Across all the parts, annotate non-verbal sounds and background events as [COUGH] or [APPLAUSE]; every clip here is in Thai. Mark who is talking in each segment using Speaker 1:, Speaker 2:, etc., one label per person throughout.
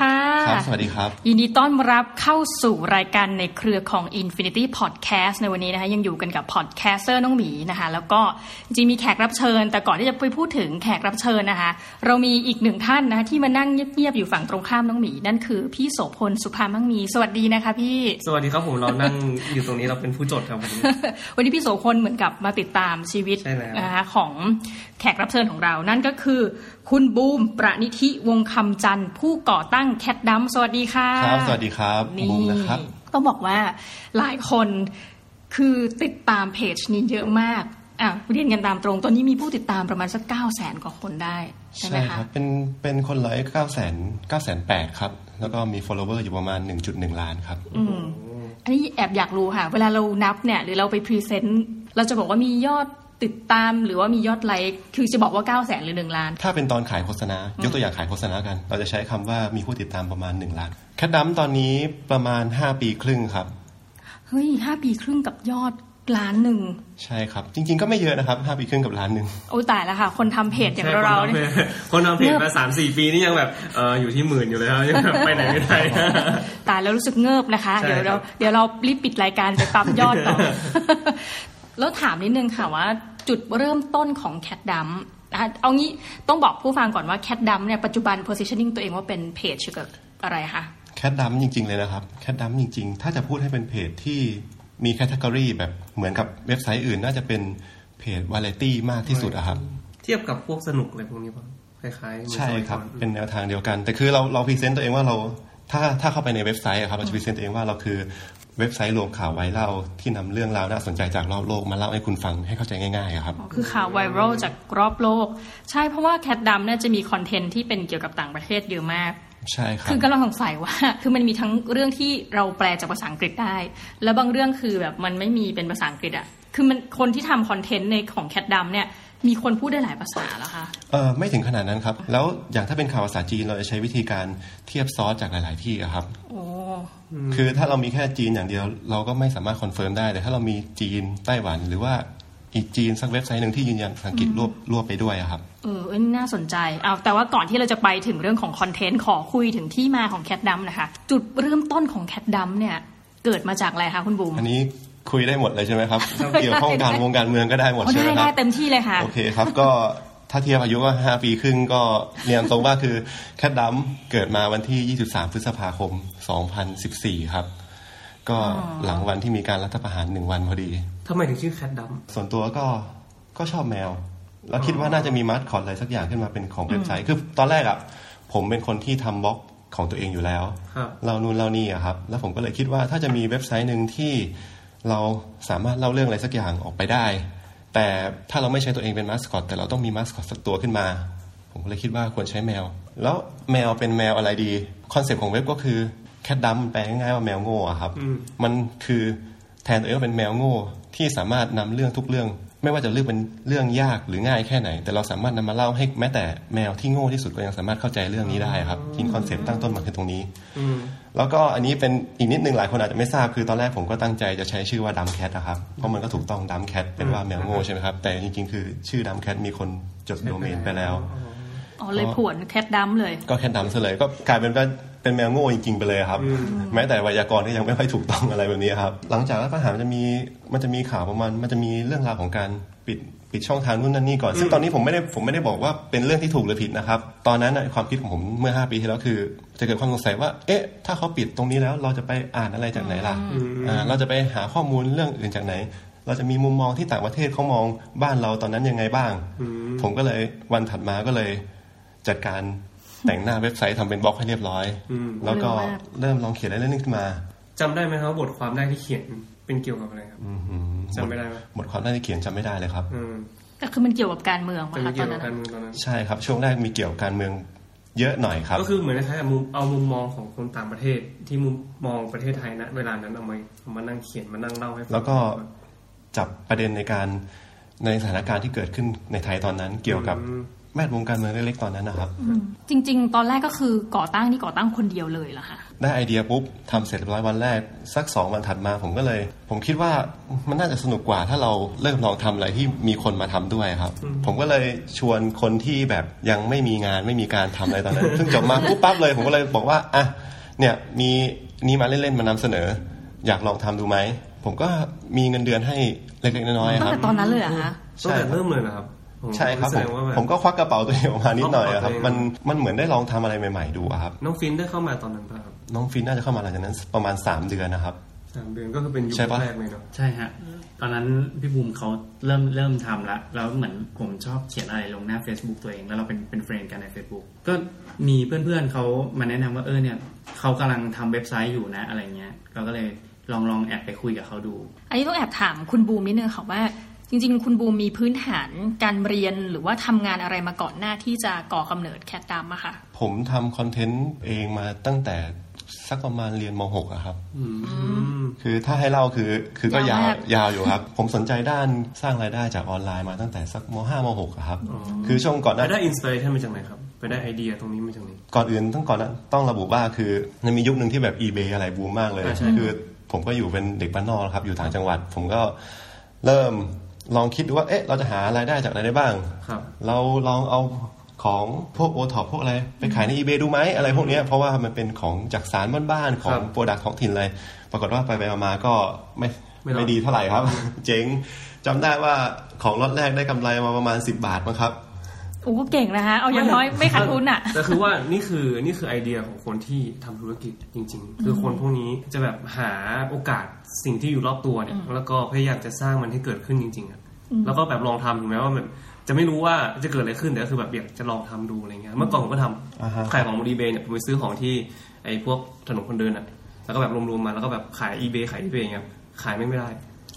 Speaker 1: ค่ะ
Speaker 2: ครับ สวัสดีครับ
Speaker 1: ยินดีต้อนรับเข้าสู่รายการในเครือของ Infinity Podcast ในวันนี้นะคะยังอยู่กันกับพอดแคสเตอร์น้องหมีนะคะ แล้วก็จริงๆมีแขกรับเชิญ แต่ก่อนที่จะไปพูดถึงแขกรับเชิญนะคะ เรามีอีกหนึ่งท่านนะคะที่มานั่งเงียบๆอยู่ฝั่งตรงข้ามน้องหมี นั่นคือพี่โสพลสุภามั่งมี สวัสดีนะคะพี่ [LAUGHS]
Speaker 3: สวัสดีครับผมเรานั่งอยู่ตรงนี้เราเป็นผู้จดครับวันนี้
Speaker 1: วันนี้พี่โสพลเหมือนกับมาติดตามชีวิต
Speaker 3: ใช่แล้ว
Speaker 1: นะคะของแขกรับเชิญของเรา นั่นก็คือ คุณบูมประนิธิวงศ์คำจันทร์ผู้ก่อตั้งแคทดัมสวัสดีค่ะ
Speaker 2: ครับ สวัสดีครับ
Speaker 1: นี่
Speaker 2: บูมนะครับ
Speaker 1: ต้องบอกว่าหลายคนคือติดตามเพจนี้เยอะมากอ่ะเรียนกันตามตรงตอนนี้มีผู้ติดตามประมาณสักเก้าแสนกว่าคนได้ ใช่ไหม
Speaker 2: ใช่ค
Speaker 1: คะ
Speaker 2: รับ เป็น เป็นคนไลค์เก้าแสนเก้าแสนแปดครับ แล้วก็มี follower อยู่ประมาณ 1.1 ล้านครับ
Speaker 1: อืมอันนี้แอบอยากรู้ค่ะ เวลาเรานับเนี่ยหรือเราไปพรีเซนต์เราจะบอกว่ามียอดติดตามหรือว่ามียอดไลค์คือจะบอกว่าเก้าแสนหรือหนึ่งล้าน
Speaker 2: ถ้าเป็นตอนขายโฆษณา ยกตัวอย่างขายโฆษณากัน เราจะใช้คำว่ามีผู้ติดตามประมาณ 1 ล้าน แคดดัมตอนนี้ประมาณ 5 ปีครึ่งครับ
Speaker 1: เฮ้ยห้าปีครึ่งกับยอดล้านหนึ่ง
Speaker 2: ใช่ครับ จริง ๆ ก็ไม่เยอะนะครับ 5 ปีครึ่งกับล้านหนึ่ง
Speaker 1: โอ้ตายแล้วค่ะ คนทำเพจอย่างเราๆ
Speaker 3: ใช่คนทำเพ
Speaker 1: เนี่ย
Speaker 3: จคนทำเพจมาสามสี่ปีนี่ยังแบบเอออยู่ที่หมื่นอยู่เลยครับยังแบบ [LAUGHS] ไปไหนไม่ได้
Speaker 1: ตายแล้วรู้สึกเงิบนะคะ
Speaker 3: ใช่
Speaker 1: เดี๋ยว
Speaker 3: ครั
Speaker 1: เรา
Speaker 3: บ
Speaker 1: เดี๋ยวเรารีบปิดรายการไปปั๊มยอด
Speaker 3: [LAUGHS]
Speaker 1: ต่อ แล้วถามนิดนึงค่ะว่า จุดเริ่มต้นของแคดดัมนะคะเอางี้ต้องบอกผู้ฟังก่อนว่าแคดดัมเนี่ยปัจจุบัน positioning ตัวเองว่าเป็นเพจเกี่ยวกับอะไรคะ
Speaker 2: แคดดัมจริง ๆ เลยนะครับ แคดดัมจริง ๆ ถ้าจะพูดให้เป็นเพจที่มีแคตตากรีแบบเหมือนกับเว็บไซต์อื่น น่าจะเป็นเพจวาไรตี้มากที่สุดอะครับ
Speaker 3: เทียบกับพวกสนุกอะไรพวกนี้ป่ะคล้ายๆเหมือน
Speaker 2: ใช่
Speaker 3: สมัย
Speaker 2: ครับ
Speaker 3: ก่อน
Speaker 2: เป็นแนวทางเดียวกัน แต่คือเราเราพรีเซนต์ตัวเองว่าเรา ถ้าถ้าเข้าไปในเว็บไซต์อะครับเราจะพรีเซนต์ตัวเองว่าเราคือเว็บไซต์รวมข่าวไวรัลที่นำเรื่องราวน่าสนใจจากรอบโลกมาเล่าให้คุณฟังให้เข้าใจง่ายๆอะครับ
Speaker 1: อ๋อคือข่าวไวรัลจากรอบโลก ใช่เพราะว่าแคดดัมเนี่ยจะมีคอนเทนต์ที่เป็นเกี่ยวกับต่างประเทศเยอะมาก
Speaker 2: ใช่ครับ
Speaker 1: คือกำลังสงสัยว่า [LAUGHS] คือมันมีทั้งเรื่องที่เราแปลจากภาษาอังกฤษได้ แล้วบางเรื่องคือแบบมันไม่มีเป็นภาษาอังกฤษอะคือมันคนที่ทำคอนเทนต์ในของแคดดัมเนี่ย มีคนพูดได้หลายภาษาแล้วค่ะ
Speaker 2: เออไม่ถึงขนาดนั้นครับ แล้วอย่างถ้าเป็นข่าวภาษาจีนเราจะใช้วิธีการเทียบซอสจากหลาย ๆ ที่อะครับ
Speaker 1: โอ้
Speaker 2: คือถ้าเรามีแค่จีนอย่างเดียวเราก็ไม่สามารถคอนเฟิร์มได้ แต่ถ้าเรามีจีนไต้หวันหรือว่าอีกจีนสักเว็บไซต์หนึ่งที่ยืนยันภาษาอังกฤษรวบรวบไปด้วยอะครับ
Speaker 1: เออเอ้ยน่าสนใจ เอาแต่ว่าก่อนที่เราจะไปถึงเรื่องของคอนเทนต์ขอคุยถึงที่มาของแคดดัมนะคะ จุดเริ่มต้นของแคดดัมเนี่ย เกิดมาจากอะไรคะคุณบุ๋ม
Speaker 2: อันนี้คุยได้หมดเลยใช่ไหมครับ เกี่ยวข้องการวงการเมืองก็ได้หมด
Speaker 1: อ๋อ
Speaker 2: ใช่ไหม
Speaker 1: ได้
Speaker 2: ครั
Speaker 1: ได้
Speaker 2: บ
Speaker 1: เต็มที่เลยค่ะ
Speaker 2: โอเคครับ ก็ถ้าเทียบอายุก็ 5 ปีครึ่งก็เรียนตรงว่าคือแคดดัมเกิดมาวันที่ 23 พฤษภาคม 2014 ครับ ก็หลังวันที่มีการรัฐประหารหนึ่งวันพอดี
Speaker 3: ทำไมถึงชื่อแคทดัม
Speaker 2: ส่วนตัวก็ก็ชอบแมว แล้วคิดว่าน่าจะมีมาสคอตอะไรสักอย่างขึ้นมาเป็นของเว็บไซต์คือตอนแรกอะ่ะ ผมเป็นคนที่ทำบล็อกของตัวเองอยู่แล้ว
Speaker 3: ครับ
Speaker 2: เรานู่นเรานี่อะครับ แล้วผมก็เลยคิดว่าถ้าจะมีเว็บไซต์หนึ่งที่เราสามารถเล่าเรื่องอะไรสักอย่างออกไปได้ แต่ถ้าเราไม่ใช้ตัวเองเป็นมาสคอตแต่เราต้องมีมาสคอตสักตัวขึ้นมา ผมก็เลยคิดว่าควรใช้แมว แล้วแมวเป็นแมวอะไรดีคอนเซปต์ของเว็บก็คือแคดดัมแปลง่ายๆว่าแมวโง่อะครับ มันคือแทนตัวเองว่าเป็นแมวโง่ที่สามารถนำเรื่องทุกเรื่อง ไม่ว่าจะเรื่องเป็นเรื่องยากหรือง่ายแค่ไหน แต่เราสามารถนำมาเล่าให้แม้แต่แมวที่โง่ที่สุดก็ยังสามารถเข้าใจเรื่องนี้ได้ครับทิ้งคอนเซปต์ตั้งต้นมาคือตรงนี้ แล้วก็อันนี้เป็นอีกนิดนึงหลายคนอาจจะไม่ทราบคือตอนแรกผมก็ตั้งใจจะใช้ชื่อว่าดัมแคทนะครับเพราะมันก็ถูกต้องดัมแคทเป็นว่าแมวโง่ใช่ไหมครับแต่จริงๆคือชื่อดัมแคทมีคนจดโดเมนไปแล้ว
Speaker 1: อ๋อเลยผวนแคดดัมเลย
Speaker 2: ก็แค่ดำซะเลยก็กลายเป็นว่าเป็นแมวโง่จริง ๆ ไปเลยครับ แม้แต่ไวยากรณ์ก็ยังไม่ค่อยถูกต้องอะไรแบบนี้ครับ หลังจากรัฐประหารมันจะมีมันจะมีข่าวประมาณมันจะมีเรื่องราวของการปิดปิดช่องทางนู่นนั่นนี่ก่อน ซึ่งตอนนี้ผมไม่ได้ผมไม่ได้บอกว่าเป็นเรื่องที่ถูกหรือผิดนะครับ ตอนนั้นน่ะความคิดของผมเมื่อ 5 ปีที่แล้วคือ จะเกิดความสงสัยว่า เอ๊ะ ถ้าเขาปิดตรงนี้แล้วเราจะไปอ่านอะไรจากไหนล่ะอ่าเราจะไปหาข้อมูลเรื่องอื่นจากไหน เราจะมีมุมมองที่ต่างประเทศเขามองบ้านเราตอนนั้นยังไงบ้าง ผมก็เลยวันถัดมาก็เลย จัดการแต่งหน้าเว็บไซต์ทำเป็นบล็อกให้เรียบร้อย
Speaker 3: อืม
Speaker 2: แล้วก็
Speaker 1: เร็วมาก
Speaker 2: เริ่มลองเขียนอะไรเรื่องนึงขึ้นมา
Speaker 3: จำได้ไหมครับว่าบทความแรกที่เขียนเป็นเกี่ยวกับอะไรครับ จำไม่ได้ไหม
Speaker 2: หมดความน่าจะเขียนจำไม่ได้เลยครับ
Speaker 3: อืม
Speaker 1: ก็คือมันเกี่ยวกับการเมือง
Speaker 3: แต่
Speaker 1: ปะ
Speaker 3: มี
Speaker 1: คะต
Speaker 3: เกี่
Speaker 1: อย น
Speaker 3: วกั
Speaker 1: นั้น
Speaker 3: บการ
Speaker 1: อะ
Speaker 3: เมืองตอนนั้น
Speaker 2: ใช่ครับ ช่วงแรกมีเกี่ยวกับการเมืองเยอะหน่อยครับ
Speaker 3: ก็คือเหมือนคล้ายๆกับมุมเอามุมมองของคนต่างประเทศที่มุมมองประเทศไทยนะเวลานั้นเอามาเอามานั่งเขียนมานั่งเล่าให้ฟัง
Speaker 2: แล้วก็ จับประเด็นในการในสถานการณ์ที่เกิดขึ้นในไทยตอนนั้น เกี่ยวกับ แวดวงการเมืองเล็กๆตอนนั้นนะครับ
Speaker 1: อืมจริง ๆ ตอนแรกก็คือก่อตั้งนี่ก่อตั้งคนเดียวเลยเหรอคะ
Speaker 2: ได้ไอเดียปุ๊บทำเสร็จเรียบร้อยวันแรก สักสองวันถัดมาผมก็เลย ผมคิดว่ามันน่าจะสนุกกว่าถ้าเราเริ่มลองทำอะไรที่มีคนมาทำด้วยครับ ผมก็เลยชวนคนที่แบบยังไม่มีงานไม่มีการทำอะไรตอนนั้น เพิ่งจบมาปุ๊บปั๊บเลย ผมก็เลยบอกว่าอ่ะเนี่ยมีนี่มาเล่นๆมานำเสนอ อยากลองทำดูไหมผมก็มีเงินเดือนให้เล็กๆน้อยๆ
Speaker 1: ตั้
Speaker 2: ค
Speaker 1: ง
Speaker 2: รับ
Speaker 1: แต่ตอนนั้นเลยเหรอคะ
Speaker 3: ตั้งแต่เริ่มเลยนะครับผม
Speaker 2: ใช่ครับ
Speaker 3: แส
Speaker 2: ผ
Speaker 3: ด
Speaker 2: ม
Speaker 3: งว่าแบบ
Speaker 2: ผมก็ควักกระเป๋าตัวเองออกมานิดหน่อยอะครับ
Speaker 3: เอาตัวเอง
Speaker 2: มันมันเหมือนได้ลองทำอะไรใหม่ ๆ ดูอะครับ
Speaker 3: น้องฟินได้เข้ามาตอนนั้นป่ะครับ
Speaker 2: น้องฟินน่าจะเข้ามาหลังจากนั้นประมาณ 3 เดือนนะครับ
Speaker 3: สามเดือนก็คือเป็นยุค
Speaker 2: ใช่ปะ
Speaker 3: แรกเลยเนาะ
Speaker 4: ใช่ฮะ ตอนนั้นพี่บูมเขาเริ่มเริ่มทำละแล้วเหมือนผมชอบเขียนอะไรลงหน้า Facebook ตัวเอง แล้วเราเป็นเป็นเฟรนด์กันใน Facebook ก็มีเพื่อนๆเขามาแนะนำว่าเออเนี่ยเขากำลังทำเว็บไซต์อยู่นะอะไรเงี้ยเราก็เลยลองลองแอบไปคุยกับเขาดู
Speaker 1: อันนี้ต้องแอบถามคุณบูมนิดนึงค่ะว่า จริง ๆ คุณบูมมีพื้นฐานการเรียนหรือว่าทำงานอะไรมาก่อนหน้าที่จะก่อกำเนิดแคทตามอะค่ะ
Speaker 2: ผมทำคอนเทนต์เองมาตั้งแต่สักประมาณเรียนม .6 อะครับ คือถ้าให้เล่าคือคือก็ยา
Speaker 1: าว
Speaker 2: วย
Speaker 1: มาก
Speaker 2: ยาวอยู่ครับ ผมสนใจด้านสร้างรายได้จากออนไลน์มาตั้งแต่สักม .5 ม .6 อะครับ
Speaker 3: อ๋อ
Speaker 2: คือช่วงก่อนห
Speaker 3: ไป
Speaker 2: น้า
Speaker 3: ได้อินสปิเรชันมาจากไหนครับ ไปได้ไอเดียตรงนี้มาจากไหน
Speaker 2: ก่อนอื่นต้องก่อนนะต้องระบุว่าคือมันมียุคหนึ่งที่แบบ eBay อะไรบูมมากเลย
Speaker 3: อ่าใช่
Speaker 2: คือผมก็อยู่เป็นเด็กบ้านนอกครับ อยู่ต่างจังหวัด ผมก็เริ่มลองคิดดูว่าเอ๊ะเราจะหารายได้จากอะไรได้บ้าง
Speaker 3: ครับ
Speaker 2: เราลองเอาของพวกโอท็อปพวกอะไร ไปขายใน eBay ดูไหมอะไรพวกเนี้ยเพราะว่ามันเป็นของจากสารบ้านๆ ขอ
Speaker 3: ครั
Speaker 2: ง
Speaker 3: บ
Speaker 2: โปรดักของถิ่นอะไร ปรากฏว่าไปไปมาๆก็ไม่
Speaker 3: ไม่รอด
Speaker 2: ไม่ดีเท่าไหร่ครับ [LAUGHS] เจ๊งจำได้ว่าของล็อตแรกได้กำไรมาประมาณ 10 บาทมั้งครับ
Speaker 1: โอ้เก่งนะคะ เอาอย่างน้อยไม่ขาดทุนอะ
Speaker 3: แต่คือว่านี่คือนี่คือไอเดียของคนที่ทำธุรกิจจริง ๆ คือคนพวกนี้จะแบบหาโอกาสสิ่งที่อยู่รอบตัวเนี่ย แล้วก็พยายามจะสร้างมันให้เกิดขึ้นจริง ๆอะแล้วก็แบบลองทำถึงแม้ว่ามันจะไม่รู้ว่าจะเกิดอะไรขึ้นแต่ก็คือแบบอยากจะลองทำดูอะไรเงี้ยเมื่อก่อนผมก็ท
Speaker 2: อ่าฮะ
Speaker 3: ำขายของบนอีเบเนี่ยผมไปซื้อของที่ไอ้พวกถนนคนเดินอะแล้วก็แบบรวมๆมาแล้วก็แบบขายอีเบขายอีเบเงี้ยขายไม่ได้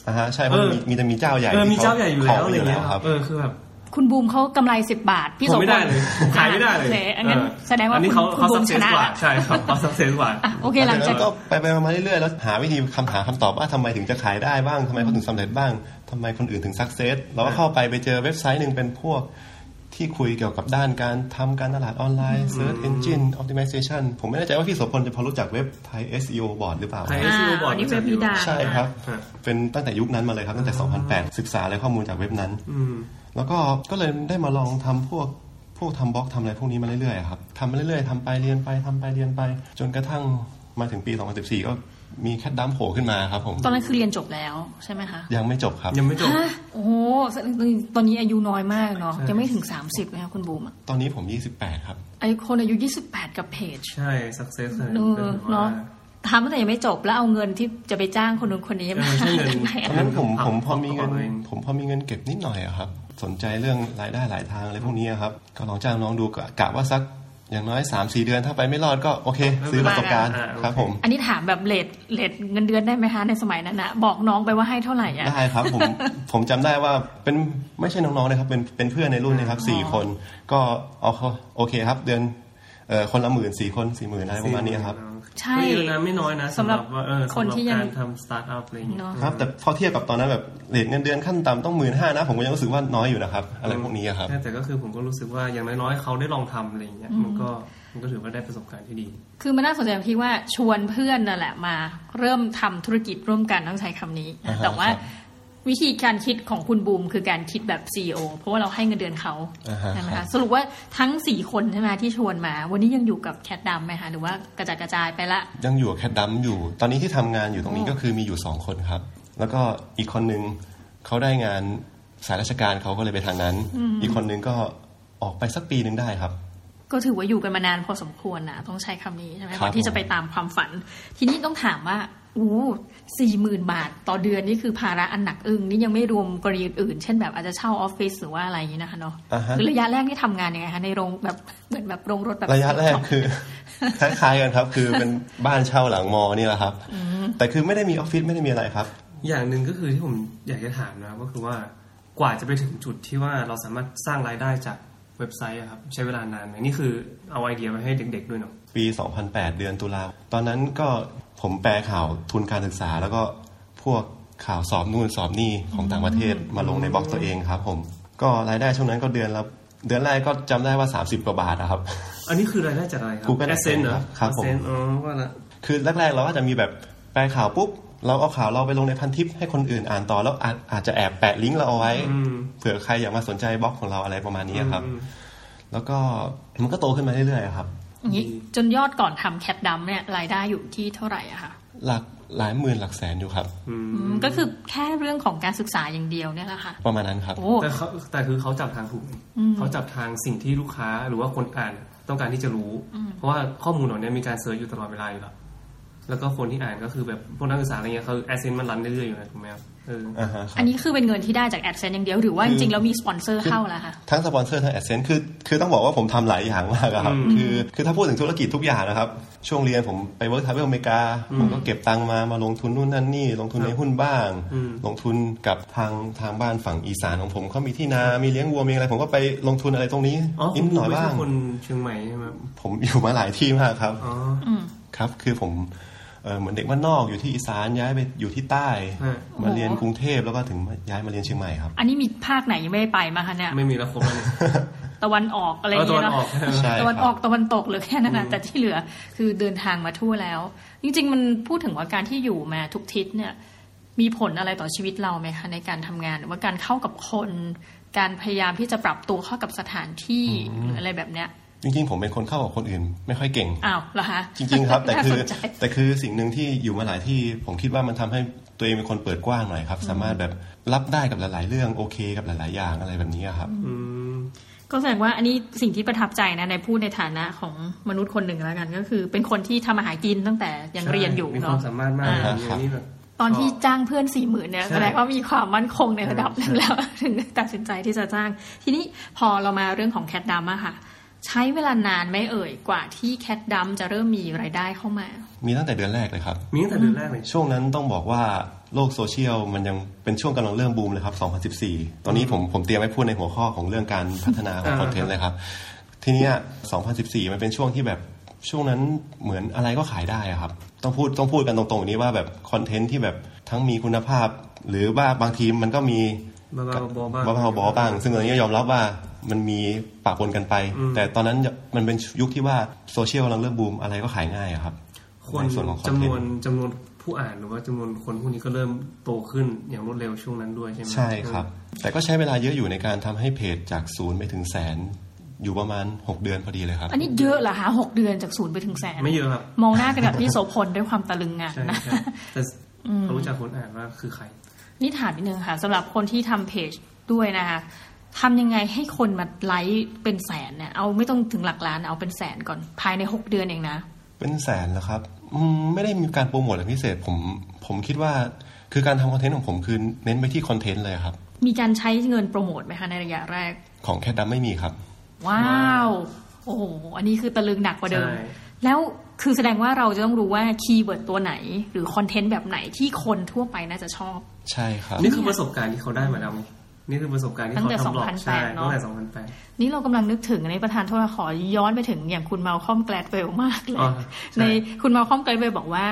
Speaker 2: อ่าฮะใช่เพราะมัน
Speaker 3: เออ
Speaker 2: มีมีแต่มีเจ้าใหญ่
Speaker 3: เออมีเจ้า
Speaker 2: ที่ข
Speaker 3: ใหญ่อยู่แล้ว
Speaker 2: ข
Speaker 3: อะไร
Speaker 2: อยู่
Speaker 3: เงี้ย
Speaker 2: ครับ
Speaker 3: เออคือแบบ
Speaker 1: คุณบูมเขากำไรสิบบาท พี่
Speaker 3: ผ
Speaker 1: ส
Speaker 3: ม
Speaker 1: ม
Speaker 3: ไม่ได้เลยผมขายไม่ได้เลย
Speaker 1: โอคอันนั้น
Speaker 3: เออ
Speaker 1: แสดงว่า
Speaker 3: อันนี้
Speaker 1: คุณคุ
Speaker 3: เขาเขา
Speaker 1: ณบู
Speaker 3: สั
Speaker 1: ม
Speaker 3: กเซ
Speaker 1: ช
Speaker 3: ส
Speaker 1: นะ
Speaker 3: กว่า
Speaker 1: อะ
Speaker 3: ใช่ครับเขาสักเซสกว่า
Speaker 1: อ่ะโอเคหลังจาก
Speaker 2: ก็ไปไปมาๆเรื่อยๆแล้วหาวิธีคำถามคำตอบว่าทำไมถึงจะขายได้บ้างทำไมเขาถึงสำเร็จบ้างทำไมคนอื่นถึงสักเซสเราก็เข้าไปไปเจอเว็บไซต์หนึ่งเป็นพวกที่คุยเกี่ยวกับด้านการทำการตลาดออนไลน์ Search Engine Optimization ผมไม่แน่ใจว่าพี่โสพลจะพอรู้จักเว็บไทย SEO Board หรือเปล่า
Speaker 3: ไทย
Speaker 1: อ่า
Speaker 3: SEO บอร์ด
Speaker 1: อันนี้เว็บพีดา
Speaker 2: ใช่ครับ
Speaker 3: อ่า
Speaker 2: เป็นตั้งแต่ยุคนั้นมาเลยครับ ตั้งแต่ 2008 ศึกษาอะไรข้อมูลจากเว็บนั้น
Speaker 3: อืม
Speaker 2: แล้วก็ก็เลยได้มาลองทำพวกพวกทำบล็อกทำอะไรพวกนี้มาเรื่อยๆครับทำมาเรื่อยๆทำไปเรียนไปทำไปเรียนไป จนกระทั่งมาถึงปี 2014 ก็มีแคดดัมโผล่ขึ้นมาครับผม
Speaker 1: ตอนนั้นคือเรียนจบแล้วใช่ไหมคะ
Speaker 2: ยังไม่จบครับ
Speaker 3: ยังไม่จบ
Speaker 1: ฮะโอ้โหตอนนี้อายุน้อยมากเนาะ
Speaker 3: ใช่
Speaker 1: ยังไม่ถึง 30นะคะคุณบูมอะ
Speaker 2: ตอนนี้ผม 28 ครับ
Speaker 1: ไอคนอายุ 28 กับเพจ
Speaker 3: ใช่สักเซสขนาด
Speaker 1: เอ
Speaker 3: นั้น
Speaker 1: อ
Speaker 3: ก็ถือว่า
Speaker 1: เนาะทำตั้งแต่ยังไม่จบแล้วเอาเงินที่จะไปจ้างคนนู้นคนนี้มา
Speaker 3: เออใช่เงิน
Speaker 1: ไหนอะ
Speaker 2: ตอนนั้นผมผมพอมีเงิน
Speaker 3: เอาเอง
Speaker 2: ผมพอมีเงินเก็บนิดหน่อยอะครับ สนใจเรื่องรายได้หลายทางอะไรพวกนี้อะครับ ก็ลองจ้างน้องดูกะกะว่าสักอย่างน้อย 3 4 เดือนถ้าไปไม่รอดก็โอเค ซื้อประสบการณ์ครับผม
Speaker 1: อันนี้ถามแบบเลทเลทเงินเดือนได้ไหมคะในสมัยนั้นนะบอกน้องไปว่าให้เท่าไหร่อะ
Speaker 2: ได้ครับ
Speaker 1: [LAUGHS]
Speaker 2: ผม ผมจำได้ว่าเป็นไม่ใช่น้องๆนะครับเป็นเป็นเพื่อนในรุ่นนะครับสี่คนก็เอาเขาโอเคครับ เดือนเอ่อคนละหมื่นสี่คนสี่หมื่นอะไรประมาณนี้ครับ
Speaker 1: ใช่
Speaker 3: เฮ้ยนะไม่น้อยนะสำหรับว่าเออ
Speaker 1: คนที่ยัง
Speaker 3: สำหรับการทำสตาร์ทอัพอะไรอย่างเงี้ย
Speaker 1: เนาะ
Speaker 2: ครับแต่พอเทียบกับตอนนั้นแบบเรทเงินเดือนขั้นต่ำต้องหมื่นห้านะผมก็ยังรู้สึกว่าน้อยอยู่นะครับ อะไรพวกนี้อะครับ
Speaker 3: ใช่แต่ก็คือผมก็รู้สึกว่าอย่างน้อยๆเขาได้ลองทำอะไรอย่างเงี้ยมันก็มันก็ถือว่าได้ประสบการณ์ที่ดี
Speaker 1: คือมันน่าสนใจตรงที่ว่าชวนเพื่อนนั่นแหละมา เริ่มทำธุรกิจร่วมกันต้องใช้คำนี้นะ
Speaker 2: อ่าฮะ
Speaker 1: แต่ว่า
Speaker 2: ครับ
Speaker 1: วิธีการคิดของคุณบูมคือการคิดแบบ CEO เพราะว่าเราให้เงินเดือนเขา
Speaker 2: อ่าฮะ
Speaker 1: ใช่ไหม
Speaker 2: ครั
Speaker 1: คะ
Speaker 2: บ
Speaker 1: สรุปว่าทั้งสี่คนใช่ไหมที่ชวนมา วันนี้ยังอยู่กับแคทดำไหมคะหรือว่ากระจัดกระจายไปละ
Speaker 2: ยังอยู่กับแคดดัมอยู่ ตอนนี้ที่ทำงานอยู่ตรงนี้
Speaker 1: อืม
Speaker 2: ก็คือมีอยู่สองคนครับ แล้วก็อีกคนนึงเขาได้งานสายราชการเขาก็เลยไปทางนั้น อีกคนนึงก็ออกไปสักปีหนึ่งได้ครับ
Speaker 1: ก็ถือว่าอยู่กันมานานพอสมควรนะต้องใช้คำนี้ใช่ไหม
Speaker 2: ครับ
Speaker 1: ก่อนที่จะ
Speaker 2: ผม
Speaker 1: ไปตามความฝัน ทีนี้ต้องถามว่าอู้สี่หมื่นบาทต่อเดือนนี่คือภาระอันหนักอึ้งนี่ยังไม่รวมกรณีอื่นๆเช่นแบบอาจจะเช่าออฟฟิศหรือว่าอะไรอย่างนี้นะคะเนาะ
Speaker 2: อ่าฮะ
Speaker 1: คือระยะแรกนี่ทำงานยังไงคะในโรงแบบเหมือนแบบโรงรถแบบ
Speaker 2: ระยะแรก
Speaker 1: ของ
Speaker 2: คือ [LAUGHS] คล้ายๆกันครับ คือเป็นบ้านเช่าหลังมอนี่แหละครับ แต่คือไม่ได้มีออฟฟิศไม่ได้มีอะไรครับ
Speaker 3: อย่างหนึ่งก็คือที่ผมอยากจะถามนะครับก็คือว่ากว่าจะไปถึงจุดที่ว่าเราสามารถสร้างรายได้จากเว็บไซต์อะครับใช้เวลานานไหมนี่คือเอาไอเดียไปให้เด็ก ๆด้วยเนาะ
Speaker 2: ปี 2008 เดือนตุลาตอนนั้นก็ผมแปลข่าวทุนการศึกษา แล้วก็พวกข่าวสอบนู่นสอบนี่ของต่างประเทศมาลงในบล็อกตัวเองครับ ผม ก็รายได้ช่วงนั้นก็เดือนละ เดือนแรกก็จำได้ว่า 30 กว่าบาทนะครับ [LAUGHS]
Speaker 3: อันนี้คือรายได้จากอะไรครับ
Speaker 2: Google
Speaker 3: Adsense เหรอ
Speaker 2: ครับผม
Speaker 3: Adsense อ๋อว่าละ
Speaker 2: คือแรกๆเราก็จะมีแบบแปลข่าวปุ๊บ เราเอาข่าวเราไปลงในพันทิปให้คนอื่นอ่านต่อแล้วอาจอาจจะแอบแปะลิงก์เราเอาไว้
Speaker 3: อืม
Speaker 2: เผื่อใครอยากมาสนใจบล็อกของเราอะไรประมาณนี้ครับ
Speaker 3: อืม
Speaker 2: แล้วก็มันก็โตขึ้นมาเรื่อยๆครับ
Speaker 1: อย่างนี้จนยอดก่อนทำแคปดำเนี่ยรายได้อยู่ที่เท่าไหร่อะคะ
Speaker 2: หลักหลายหมื่นหลักแสนอยู่ครับ
Speaker 1: อืมก็คือแค่เรื่องของการศึกษาอย่างเดียวเนี่ยแหละค่ะ
Speaker 2: ประมาณนั้นครับ
Speaker 1: โอ้
Speaker 3: แต่เขาแต่คือเขาจับทางถูกเขาจับทางสิ่งที่ลูกค้าหรือว่าคนอ่านต้องการที่จะรู้ เพราะว่าข้อมูลเหล่านี้มีการเซิร์ชอยู่ตลอดเวลาอยู่แล้วแล้วก็คนที่อ่านก็คือแบบพวกนักศึกษาอะไรเงี้ยเขาแอสเซนต์มันรันเรื่อยๆอยู่นะถูกไหมครับเออ
Speaker 2: อ่าฮะครับ
Speaker 1: อันนี้คือเป็นเงินที่ได้จากแอดเซนอย่างเดียวหรือว่าจริงๆแล้วมีสปอนเซอร์เข้าแล้วค่ะ
Speaker 2: ทั้งสปอนเซอร์ทั้งแอดเซนต์คือคือต้องบอกว่าผมทำหลายอย่างมากอะครับ คือคือถ้าพูดถึงธุรกิจทุกอย่างนะครับ ช่วงเรียนผมไปเวิร์กทาวเวลอเมริกา ผมก็เก็บตังค์มามาลงทุนนู่นนั่นนี่ ลงทุนในหุ้นบ้าง ลงทุนกับทางทางบ้านฝั่งอีสานของผมเขามีที่นา มีเลี้ยงวัวมีอะไร ผมก็ไปลงทุนอะไรตรงนี้
Speaker 3: อ๋อคุ
Speaker 2: นิด
Speaker 3: ณ
Speaker 2: หน่อย
Speaker 3: ไม่
Speaker 2: บ้า
Speaker 3: ใช่
Speaker 2: ง
Speaker 3: คนเชียงใหม่ใช่ไหมครับ
Speaker 2: ผมอยู่มาหลายที่มากครับ
Speaker 3: อ๋อ
Speaker 2: ครับ คือผมเอ่อเหมือนเด็กว่านนอกอยู่ที่อีสานย้ายไปอยู่ที่ใต้
Speaker 3: ฮะ
Speaker 2: มาเรียนกรุงเทพแล้วก็ถึงมาย้ายมาเรียนเชียงใหม่ครับ
Speaker 1: อันนี้มีภาคไหนยังไม่ได้ไปมาคะเนี่ย
Speaker 3: ไม่มีแล้วครบแล้วเนี่ย
Speaker 1: ตะวันออกอะไรอ
Speaker 3: เออย่าง ตะ
Speaker 1: เงี้ย
Speaker 3: วันอ
Speaker 1: เนาะ
Speaker 3: อกใช่ไหม
Speaker 2: ใช่
Speaker 1: ตะวันออกตะวันตกเหรือแค่นั้นนะแต่ที่เหลือคือเดินทางมาทั่วแล้ว จริง ๆ มันพูดถึงว่าการที่อยู่มาทุกทิศเนี่ยมีผลอะไรต่อชีวิตเราไหมคะในการทำงานหรือว่าการเข้ากับคน การพยายามที่จะปรับตัวเข้ากับสถานที่หรืออะไรแบบเนี้ย
Speaker 2: จริงๆ ผมเป็นคนเข้ากับคนอื่น ไม่ค่อยเก่ง
Speaker 1: อ้าวเหรอคะ
Speaker 2: จริงๆ ครับ แต่
Speaker 1: น่า
Speaker 2: คื
Speaker 1: ส [LAUGHS]
Speaker 2: อน
Speaker 1: ใจ
Speaker 2: แต่คือสิ่งหนึ่งที่อยู่มาหลายที่ผมคิดว่ามันทำให้ตัวเองเป็นคนเปิดกว้างหน่อยครับ สามารถแบบรับได้กับหลาย ๆ เรื่องโอเคกับหลาย ๆ อย่างอะไรแบบนี้ครับ
Speaker 1: ก็แสดงว่าอันนี้สิ่งที่ประทับใจนะในพูดในฐานะของมนุษย์คนหนึ่งแล้วกัน ก็คือเป็นคนที่ทำอาหารกินตั้งแต่ยังเรียนอยู่
Speaker 3: มีควา
Speaker 1: เนาะ
Speaker 3: มสามารถมาก
Speaker 2: อ่า
Speaker 3: อย่างนี้แบบ
Speaker 1: ตอนที่จ้างเพื่อนสี่หมื่นเนี่ย
Speaker 3: ใช่
Speaker 1: แสดงว่ามีความมั่นคงในระดับหนึ่ง
Speaker 3: ใช่
Speaker 1: แล้ว ถึงตัดสินใจที่จะจ้าง ทีนี้พอเรามาเรื่องของแคดดัมอะค่ะ ใช้เวลานานไหม่เอ่ยกว่าที่แคดดัมจะเริ่มมีรายได้เข้ามา
Speaker 2: มีตั้งแต่เดือนแรกเลยครับ
Speaker 3: มีตั้งแต่เดือนแรกเลย
Speaker 2: ช่วงนั้นต้องบอกว่าโลกโซเชียลมันยังเป็นช่วงกำลังเริ่มบูมเลยครับ 2014 ตอนนี้ผมผมเตรียมไว้พูดในหัวข้อของเรื่องการพัฒนาของคอนเทนต์เลยครับ ทีเนี้ย2014 มันเป็นช่วงที่แบบช่วงนั้นเหมือนอะไรก็ขายได้อะครับ ต้องพูดต้องพูดกันตรงๆอย่างนี้ว่าแบบคอนเทนต์ที่แบบทั้งมีคุณภาพ หรือว่าบางทีมันก็มี
Speaker 3: บ้าๆบอๆบ้าง
Speaker 2: บ้าบ้าบอบ้าง ซึ่งตอนนี้ยอมรับว่ามันมีปะปนกันไป แต่ตอนนั้นมันเป็นยุคที่ว่าโซเชียลกำลังเริ่มบูมอะไรก็ขายง่ายอะครับ
Speaker 3: คน
Speaker 2: ในส่วนของคอน
Speaker 3: จำ
Speaker 2: เท
Speaker 3: น
Speaker 2: น
Speaker 3: วน
Speaker 2: ต์
Speaker 3: จำนวนผู้อ่านหรือว่าจำนวนคนพวกนี้ก็เริ่มโตขึ้นอย่างรวดเร็วช่วงนั้นด้วยใช่ไหม
Speaker 2: ใช่ครับ แต่ก็ใช้เวลาเยอะอยู่ในการทำให้เพจจากศูนย์ไปถึงแสน อยู่ประมาณ 6 เดือนพอดีเลยครับ
Speaker 1: อันนี้เยอะเหรอคะหกเดือนจากศูนย์ไปถึงแสน
Speaker 3: ไม่เยอะครับ
Speaker 1: มองหน้ากันแบบพี่โสพลด้วยความตะลึงงาน
Speaker 3: ใช่
Speaker 1: นะ
Speaker 3: ใช่ [LAUGHS] แต่เขารู้จักคนอ่านว่าคือใคร
Speaker 1: นี่ถามนิดนึงค่ะสำหรับคนที่ทำเพจด้วยนะคะทำยังไงให้คนมาไลค์เป็นแสนเนี่ยเอาไม่ต้องถึงหลักล้านเอาเป็นแสนก่อนภายใน 6 เดือนเองนะ
Speaker 2: เป็นแสนแล้วครับอืมไม่ได้มีการโปรโมทอะไรพิเศษผมผมคิดว่าคือการทำคอนเทนต์ของผมคือเน้นไปที่คอนเทนต์เลยครับ
Speaker 1: มีการใช้เงินโปรโมทไหมคะในระยะแรก
Speaker 2: ของแคดดัมไม่มีครับ
Speaker 1: ว้าว โอ้โหอันนี้คือตะลึงหนักกว่าเดิม
Speaker 3: ใช่
Speaker 1: แล้วคือแสดงว่าเราจะต้องรู้ว่าคีย์เวิร์ดตัวไหน หรือคอนเทนต์แบบไหนที่คนทั่วไปน่าจะชอบ
Speaker 2: ใช่ครับ
Speaker 3: นี่คือประสบการณ์ที่เขาได้มาแล้วไงนี่คือประสบการณ์ที่เขาทำบล็อกใช่ตั้งแต่ 2008
Speaker 1: นี่เรากำลังนึกถึงในประธานโทษขอย้อนไปถึงอย่างคุณเมาคอมแกลดเวลมากเล
Speaker 3: อ๋
Speaker 1: ย
Speaker 3: อใช่
Speaker 1: ในคุณเมาคอมแกลดเวลบอกว่า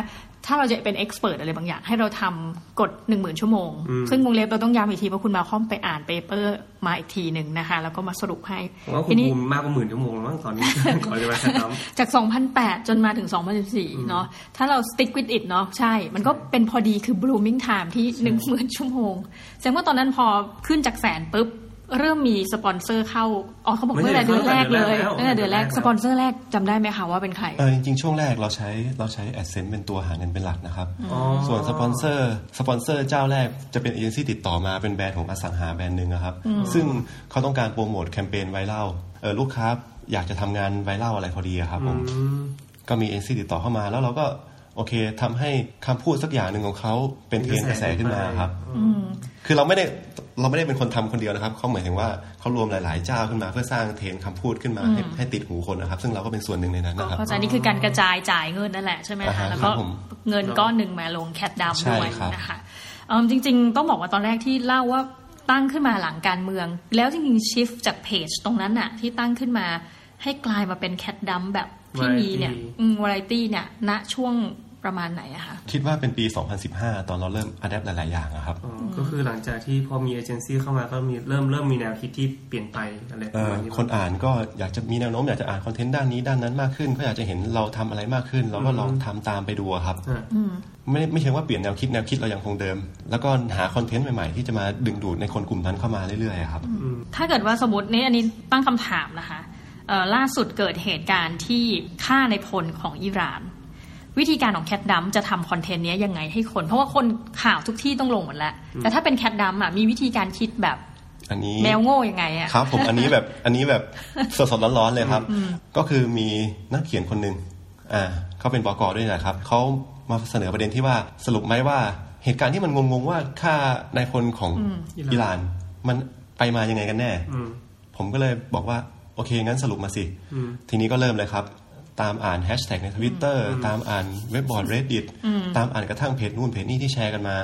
Speaker 1: ถ้าเราจะเป็นเอ็กซ์เพรสอะไรบางอย่าง ให้เราทำกด1 0,000 ชั่วโมง ซึ่งวงเล็บเราต้องย้ำอีกทีเพราะคุณเมาคอมไปอ่านเปเปอร์มาอีกทีหนึ่งนะคะ แล้วก็มาสรุปให้
Speaker 3: ผมว่าคุ
Speaker 1: ที
Speaker 3: ณ
Speaker 1: นี้
Speaker 3: บูมมากกว่าหมื่นชั่วโมงแล้วมั้งตอนนี้ [LAUGHS] ก่อนจะมาแคทน้
Speaker 1: [LAUGHS] จาก 2008 จนมาถึง 2014 เนาะ ถ้าเรา stick with it เนาะ ใช่ มันก็เป็นพอดีคือ blooming time ที่ 10,000 ชั่วโมง แสดงว่าตอนนั้นพอขึ้นจากแสนปุ๊บ เริ่มมีสปอนเซอร์เข้า อ๋อเขาบอก
Speaker 3: ไม่
Speaker 1: ตั้งแต่เดือน
Speaker 3: ใช่
Speaker 1: แรกเลย
Speaker 3: เข้าตั้
Speaker 1: ตั้ง
Speaker 3: งแต่
Speaker 1: แต่
Speaker 3: เดื
Speaker 1: เดือ
Speaker 3: อ
Speaker 1: แร
Speaker 3: น นแร
Speaker 1: ก
Speaker 3: ก
Speaker 1: สปอนเซอร์แรกจำได้ไหมคะว่าเป็นใคร
Speaker 2: เออจริงๆ ช่วงแรกเราใช้เราใช้ AdSense เป็นตัวหาเงินเป็นหลักนะครับ
Speaker 3: อ๋อ
Speaker 2: ส่วนสปอนเซอร์สปอนเซอร์เจ้าแรกจะเป็นเอเจนซี่ติดต่อมาเป็นแบรนด์ของอสังหาแบรนด์หนึ่งนะครับ ซึ่งเขาต้องการโปรโมทแคมเปญไวรัลเออลูกค้าอยากจะทำงานไวรัลอะไรพอดีอะครับผม
Speaker 3: ำ
Speaker 2: ก็มีเอเจนซี่ติดต่อเข้ามาแล้วเราก็โอเคทำให้คำพูดสักอย่างหนึ่งของเขาเป็นเทรนด์กระแสขึ้นมาครับ คือเราไม่ได้เราไม่ได้เป็นคนทำคนเดียวนะครับเขาหมายถึงว่าเขารวมหลาย ๆ เจ้าขึ้นมา เพื่อสร้างเทรนด์คำพูดขึ้นมาให้ให้ติดหูคนนะครับ ซึ่งเราก็เป็นส่วนหนึ่งในนั้น
Speaker 1: ก็
Speaker 2: นะครับ
Speaker 1: เข้าใจนี่คือการกระจายจ่ายเงินนั่นแหละใช่ไหม
Speaker 2: อ่า
Speaker 1: คะ
Speaker 2: ฮะ
Speaker 1: แล้วก็
Speaker 2: ครับผม
Speaker 1: เงินก้อนหนึ่งมาลงแคดดำด้วย
Speaker 2: ใช่ครับ
Speaker 1: นะคะเอิ่มจริง ๆ ต้องบอกว่าตอนแรกที่เล่าว่าตั้งขึ้นมาหลังการเมือง แล้วจริงๆชิฟจากเพจตรงนั้นน่ะที่ตั้งขึ้นมาให้กลายมาเป็นแคดดำแบบที่มีเนี่ย
Speaker 3: Variety
Speaker 1: วาไรตี้เนี่ยณช่วง ประมาณไหนอะคะ
Speaker 2: คิดว่าเป็นปี 2015 ตอนเราเริ่มอัดแอปหลาย ๆ อย่างอะครับ
Speaker 3: อ๋อก็คือหลังจากที่พอมีเอเจนซี่เข้ามาก็มีเริ่มเริ่มมีแนวคิดที่เปลี่ยนไปอะไรป
Speaker 2: เอ่
Speaker 3: ระ
Speaker 2: อ
Speaker 3: มาณนี้
Speaker 2: คนอ่านก็อยากจะมีแนวโน้มอยากจะอ่านคอนเทนต์ด้านนี้ด้านนั้นมากขึ้นก็อยากจะเห็นเราทำอะไรมากขึ้น เราก็ลองทำตามไปดูอะครับ
Speaker 3: อ่ะ
Speaker 1: อืม
Speaker 2: ไม่ไม่เชิงว่าเปลี่ยนแนวคิดแนวคิดเรายังคงเดิม แล้วก็หาคอนเทนต์ใหม่ ๆ ที่จะมาดึงดูดในคนกลุ่มนั้นเข้ามาเรื่อยๆอะครับ
Speaker 3: อืม
Speaker 1: ถ้าเกิดว่าสมมตินี่อันนี้ตั้งคำถามนะคะเอ่อล่าสุดเกิดเหตุการณ์ที่ฆ่าในพลของอิหร่าน วิธีการของแคทดัมจะทำคอนเทนต์เนี้ยยังไงให้คน เพราะว่าคนข่าวทุกที่ต้องลงหมดแล้ว แต่ถ้าเป็นแคทดัมอ่ะมีวิธีการคิดแบบ
Speaker 2: อันนี้
Speaker 1: แมวโง่ยังไงอ่ะ
Speaker 2: ครับผมอันนี้แบบอันนี้แบบสดๆร้อนๆเลยครับ ก็คือมีนักเขียนคนหนึ่งอ่าเขาเป็นบกด้วยนะครับเขามาเสนอประเด็นที่ว่าสรุปไหมว่าเหตุการณ์ที่มันงงๆว่าค่านายพลของ
Speaker 3: อิ
Speaker 2: อิห
Speaker 3: ห
Speaker 2: ร่า
Speaker 3: ร่าน น
Speaker 2: มันไปมายังไงกันแน่
Speaker 3: อืม
Speaker 2: ผมก็เลยบอกว่า โอเค งั้นสรุปมาสิ
Speaker 3: อืม
Speaker 2: ทีนี้ก็เริ่มเลยครับ ตามอ่านแฮชแท็กในทวิตเตอร์ตามอ่านเว็บบอร์ด reddit ตามอ่านกระทั่งเพจนู่นเพจนี่ที่แชร์กันมา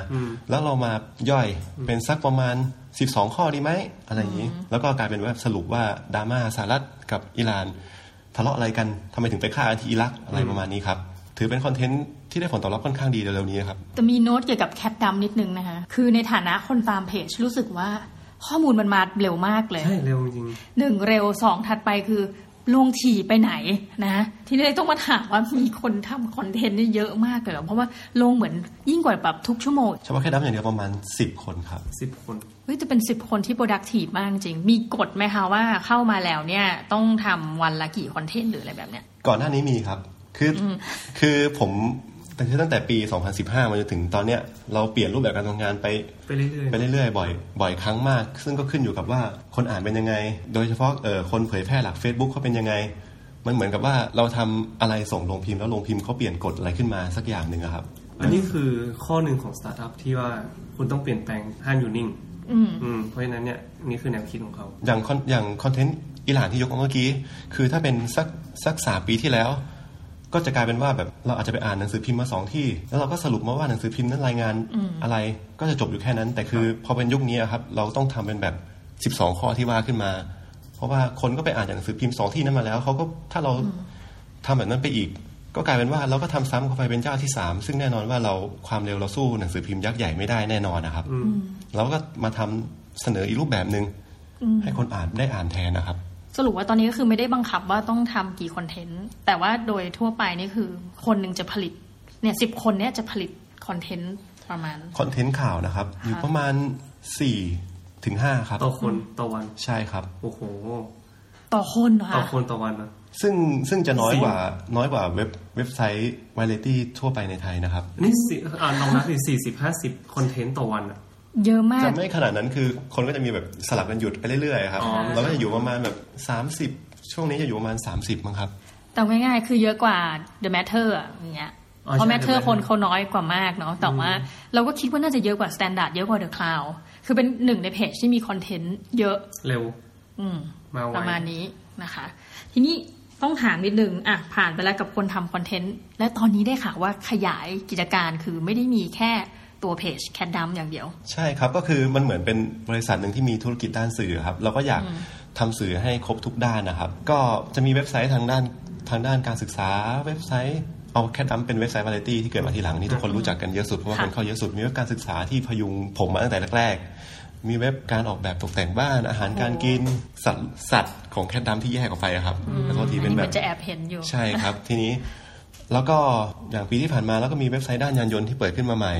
Speaker 2: แล้วเรามาย่อยเป็นสักประมาณ 12 ข้อดีไหม อะไรอย่างนี้ แล้วก็กลายเป็นว่าสรุปว่าดราม่าสหรัฐกับอิหร่าน ทะเลาะอะไรกันทำไมถึงไปฆ่ากันที่อิรักอะไรประมาณนี้ครับ ถือเป็นคอนเทนต์ที่ได้ผลตอบรับค่อนข้างดีเร็วๆนี้ครับ
Speaker 1: แต่มีโน้ตเกี่ยวกับแคทดัมนิดนึงนะคะ คือในฐานะคนตามเพจรู้สึกว่าข้อมูลมันมาเร็วมากเลย
Speaker 3: ใช่เร็วจริง
Speaker 1: หนึ่งเร็วสองถัดไปคือลงถี่ไปไหนนะ ทีนี้เลยต้องมาถามว่ามีคนทำคอนเทนต์เนี่ยเยอะมากเลยเหรอเพราะว่าลงเหมือนยิ่งกว่าแบบทุกชั่วโมง
Speaker 2: เฉพาะแค่ดับอย่างเดียวประมาณ 10 คนครับ
Speaker 3: สิบคน
Speaker 1: เฮ้ยจะเป็นสิบคนที่ productive มากจริง มีกฎไหมคะว่าเข้ามาแล้วเนี่ยต้องทำวันละกี่คอนเทนต์หรืออะไรแบบเนี้ย
Speaker 2: ก่อนหน้านี้มีครับ คืออคือผมตั้งแต่ตั้งแต่ปี 2015 มาจนถึงตอนเนี้ยเราเปลี่ยนรูปแบบการทำงานไป
Speaker 3: ไปเรื่อยๆ
Speaker 2: ไปเรื่อยๆบ่อยบ่อยครั้งมาก ซึ่งก็ขึ้นอยู่กับว่าคนอ่านเป็นยังไง โดยเฉพาะเอ่อคนเผยแพร่หลัก Facebook เขาเป็นยังไง มันเหมือนกับว่าเราทำอะไรส่งลงพิมพ์แล้วลงพิมพ์เขาเปลี่ยนกฎอะไรขึ้นมาสักอย่างหนึ่งอะครับ
Speaker 3: อันนี้คือข้อหนึ่งของสตาร์ทอัพที่ว่าคุณต้องเปลี่ยนแปลงห้ามอยู่นิ่ง
Speaker 1: อืม
Speaker 3: มเพราะฉะนั้นเนี่ยนี่คือแนวคิดของเขา
Speaker 2: อย่างคอนอย่างคอนเทนต์อิหร่านที่ยกมาเมื่อกี้ คือถ้าเป็นสักสักสามปีที่แล้ว ก็จะกลายเป็นว่าแบบเราอาจจะไปอ่านหนังสือพิมพ์มาสองที่ แล้วเราก็สรุปมาว่าหนังสือพิมพ์นั้นรายงานอะไรก็จะจบอยู่แค่นั้น แต่คือพอเป็นยุคนี้อะครับเราต้องทำเป็นแบบ 12 ข้อที่ว่าขึ้นมา เพราะว่าคนก็ไปอ่านจากหนังสือพิมพ์สองที่นั้นมาแล้วเขาก็ถ้าเราทำแบบนั้นไปอีก ก็กลายเป็นว่าเราก็ทำซ้ำเข้าไปเป็นเจ้าที่สามซึ่งแน่นอนว่าเราความเร็วเราสู้หนังสือพิมพ์ยักษ์ใหญ่ไม่ได้แน่นอนนะครับ เราก็มาทำเสนออีกรูปแบบหนึง่งให้คนอ่านได้อ่านแทนนะครับ
Speaker 1: สรุปว่าตอนนี้ก็คือไม่ได้บังคับว่าต้องทำกี่คอนเทนต์ แต่ว่าโดยทั่วไปนี่คือคนหนึ่งจะผลิตเนี่ยสิบคนเนี่ยจะผลิตคอนเทนต์ประมาณ
Speaker 2: คอนเทนต์ข่าวนะครับ อยู่ประมาณ4ถึง5ครับ
Speaker 3: ต่อคนต่อวัน
Speaker 2: ใช่ครับ
Speaker 3: โอ้โห
Speaker 1: ต่อคนเหรอ
Speaker 3: ต่อ
Speaker 1: คะ
Speaker 3: คนต่อวันนะ
Speaker 2: ซึ่งซึ่งจะน้อย
Speaker 3: สี่
Speaker 2: กว่าน้อยกว่าเว็บเว็บไซต์ว r เลตี้ทั่วไปในไทยนะครับ
Speaker 3: นี่สิอ่านลองนับสิสี่สิบห้าสิบคอนเทนต์ต่อวันอะ
Speaker 1: เยอะมา
Speaker 2: จะ
Speaker 1: ก
Speaker 2: ไม่ขนาดนั้นคือคนก็จะมีแบบสลับกันหยุดไปเรื่อยๆครับ
Speaker 3: อ๋อ
Speaker 2: เราก็จะอยู่ประมาณแบบ 30 ช่วงนี้จะอยู่ประมาณ 30มั้งครับ
Speaker 1: แต่ง่ายๆ คือเยอะกว่า The Matter อะอย่างเงี้ย
Speaker 3: อ๋อ
Speaker 1: เพราะ
Speaker 3: ใช่
Speaker 1: Matter
Speaker 3: The Matter
Speaker 1: คนเขาน้อยกว่ามากเนาะ แต่ว่าเราก็คิดว่าน่าจะเยอะกว่า Standard เยอะกว่า The Cloud คือเป็นหนึ่งในเพจที่มีคอนเทนต์เยอะ
Speaker 3: เร็ว
Speaker 1: อืม
Speaker 3: มาไว
Speaker 1: ประมาณนี้นะคะ ทีนี้ต้องถามนิดนึงอ่ะผ่านไปแล้วกับคนทำคอนเทนต์ และตอนนี้ได้ข่าวว่าขยายกิจการคือไม่ได้มีแค่ตัวเพจแคดดัมอย่างเดียว
Speaker 2: ใช่ครับ ก็คือมันเหมือนเป็นบริษัทหนึ่งที่มีธุรกิจด้านสื่อครับ เราก็อยากทำสื่อให้ครบทุกด้านนะครับ ก็จะมีเว็บไซต์ทางด้านทางด้านการศึกษาเว็บไซต์เอาแคดดัมเป็นเว็บไซต์วาไรตี้ที่เกิดมาทีหลังนี่ทุกคนรู้จักกันเยอะสุดเพราะว่า
Speaker 1: ค่ะ
Speaker 2: คนเข้าเยอะสุดมีเว็บการศึกษาที่พยุงผมมาตั้งแต่แรกๆมีเว็บการออกแบบตกแต่งบ้านอาหารการกินสัตว์สัตว์ของแคดดัมที่แยกออกไปอะครับแล้วก็ที
Speaker 1: อัน
Speaker 2: เป็น
Speaker 1: นี้
Speaker 2: แบ
Speaker 1: มั
Speaker 2: บ
Speaker 1: นจะแอบเห็นอยู่
Speaker 2: ใช่ครับ ทีนี้แล้วก็อย่างปีที่ผ่านมาแล้วก็มีเว็บไซต์ด้านยานยนต์ที่เปิดขึ้นมาใหม่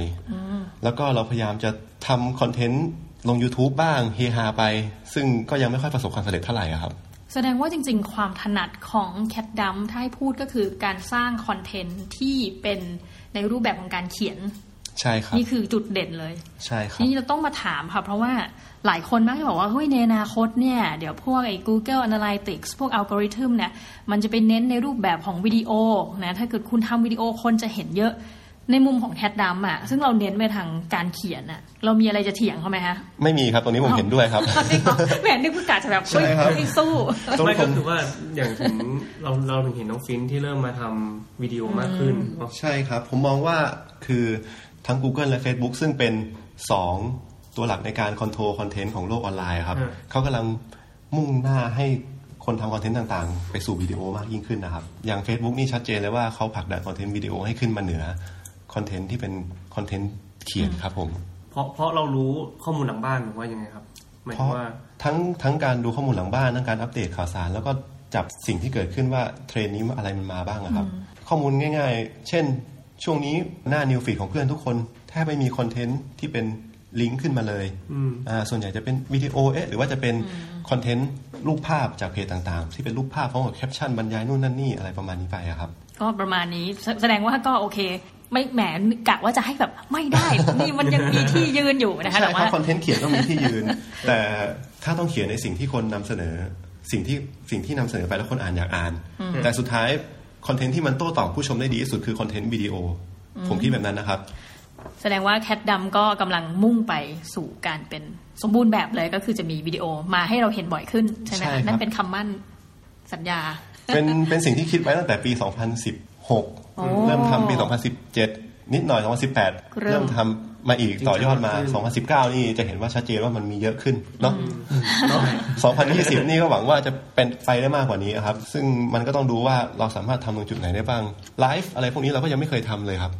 Speaker 2: แล้วก็เราพยายามจะทำคอนเทนต์ลง YouTube บ้างเฮฮาไป ซึ่งก็ยังไม่ค่อยประสบความสำเร็จเท่าไหร่อะครับ
Speaker 1: แสดงว่าจริงๆ ความถนัดของแคดดัมถ้าให้พูดก็คือการสร้างคอนเทนต์ที่เป็นในรูปแบบของการเขียน
Speaker 2: ใช่ครับ
Speaker 1: นี่คือจุดเด่นเลย
Speaker 2: ใช่ค
Speaker 1: ที
Speaker 2: รับ
Speaker 1: นี้เราต้องมาถามค่ะ เพราะว่าหลายคนมักจะบอกว่าเฮ้ยในอนาคตเนี่ย เดี๋ยวพวกไอ้ Google Analytics พวกอัลกอริทึมเนี่ย มันจะไปเน้นในรูปแบบของวิดีโอนะถ้าเกิดคุณทำวิดีโอคนจะเห็นเยอะในมุมของแคดดัมอ่ะซึ่งเราเน้นไปทางการเขียนอ่ะเรามีอะไรจะเถียงเขาไหมคะ [LAUGHS]
Speaker 2: ไม่มีครับตรงนี้ผมเห็นด้วยครับ
Speaker 1: แหมนึกว่ากาจะแบบเฮ้ย
Speaker 2: ใช่ครับ
Speaker 1: เฮ้ยสู้
Speaker 2: ต้อง
Speaker 3: ไม่
Speaker 2: ผ
Speaker 3: ก็
Speaker 2: ม
Speaker 3: คือว่าอย่างถึงเราเราถึงเห็นน้องฟินที่เริ่มมาทำวิดีโอมากขึ้นเนอะ
Speaker 2: ใช่ครับ ผมมองว่าคือทั้ง Google และ Facebook ซึ่งเป็น 2 ตัวหลักในการคอนโทรลคอนเทนต์ของโลกออนไลน์ครับเขากำลังมุ่งหน้าให้ คนทำคอนเทนต์ต่างๆ ไปสู่วิดีโอมากยิ่งขึ้นนะครับ อย่าง Facebook นี่ชัดเจนเลยว่าเขาผลักดันคอนเทนต์วิดีโอให้ขึ้นมาเหนือคอนเทนต์ที่เป็นคอนเทนต์เขียนครับผม
Speaker 3: เพราะเพราะเรารู้ข้อมูลหลังบ้านหรือว่ายังไงครับหมาย
Speaker 2: เพ
Speaker 3: ถึง
Speaker 2: ราะ
Speaker 3: ว่า
Speaker 2: ทั้งทั้งการดูข้อมูลหลังบ้านทั้งการอัปเดตข่าวสาร แล้วก็จับสิ่งที่เกิดขึ้นว่าเทรนด์นี้อะไรมันมาบ้างอะครับ ข้อมูลง่ายๆ เช่น ช่วงนี้หน้านิวฟีดของเพื่อนทุกคนแทบไม่มีคอนเทนต์ที่เป็นลิงก์ขึ้นมาเลย
Speaker 3: อืม
Speaker 2: อ่าส่วนใหญ่จะเป็นวิดีโอเอ๊ะหรือว่าจะเป็นคอนเทนต์รูปภาพจากเพจต่างๆ ที่เป็นรูปภาพพร้อมกับแคปชั่นบรรยายนู่นนั่นนี่อะไรประมาณนี้ไปอะครับ
Speaker 1: ก็ประมาณนี้แสแสดงว่าก็โอเค ไม่แหมกะว่าจะให้แบบไม่ได้ นี่มันยังมีที่ยืนอยู่นะคะ
Speaker 2: ใช่
Speaker 1: แต่
Speaker 2: ค
Speaker 1: ว่า
Speaker 2: รับคอนเทนต์เขียนต้องมีที่
Speaker 1: [LAUGHS]
Speaker 2: ยืน แต่ถ้าต้องเขียนในสิ่งที่คนนำเสนอ สิ่งที่สิ่งที่นำเสนอไปแล้วคนอ่านอยากอ่าน แต่สุดท้ายคอนเทนต์ที่มันโต้ตอบผู้ชมได้ดีที่สุดคือคอนเทนต์วิดีโออผมคิดแบบนั้นนะครับ
Speaker 1: แสดงว่าแคทดำก็กำลังมุ่งไปสู่การเป็นสมบูรณ์แบบเลยก็คือจะมีวิดีโอมาให้เราเห็นบ่อยขึ้นใช่ไหม
Speaker 2: ใช่ครับ
Speaker 1: นั่นเป็นคำมั่นสัญญา
Speaker 2: เป็นเป็นสิ่งที่คิดไว้ตั้งแต่ปี
Speaker 1: โอ้
Speaker 2: 2016 เริ่มทำปี 2017 นิดหน่อย 2018
Speaker 1: เริ่ม
Speaker 2: เริ่มทำมาอีกต่อยอดมา 2019 นี่จะเห็นว่าชัดเจนว่ามันมีเยอะขึ้นเนาะ 2020 นี่ก็หวังว่าจะเป็นไปได้มากกว่านี้ครับ ซึ่งมันก็ต้องดูว่าเราสามารถทำตรงจุดไหนได้บ้าง ไลฟ์อะไรพวกนี้เราก็ยังไม่เคยทำเลยครับ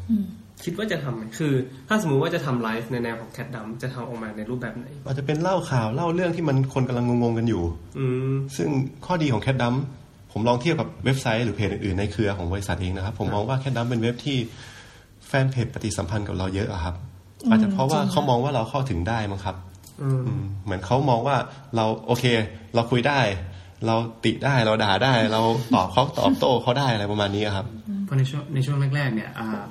Speaker 3: คิดว่าจะทำไหมคือ ถ้าสมมุติว่าจะทำไลฟ์ในแนวของแคทดำจะทำออกมาในรูปแบบไหน
Speaker 2: อาจจะเป็นเล่าข่าวเล่าเรื่องที่มันคนกำลังงงๆกันอยู่
Speaker 3: อืม
Speaker 2: ซึ่งข้อดีของแคดดัมผมลองเทียบกับเว็บไซต์หรือเพจอื่นๆในเครือของบริษัทเองนะครับ ผมมองว่าแคดดัมเป็นเว็บที่แฟนเพจปฏิสัมพันธ์กับเราเยอะอะครับ อาจจะเพราะว่าเขามองว่าเราเข้าถึงได้มั้งครับ
Speaker 3: อืม
Speaker 2: อืมเหมือนเขามองว่าเราโอเค เราคุยได้ เราติได้เราด่าได้ เราตอบเขาตอบโต้เขาได้อะไรประมาณนี้ครับ
Speaker 4: เพราะในช่วงในช่วงแรกๆเนี่ยอ่า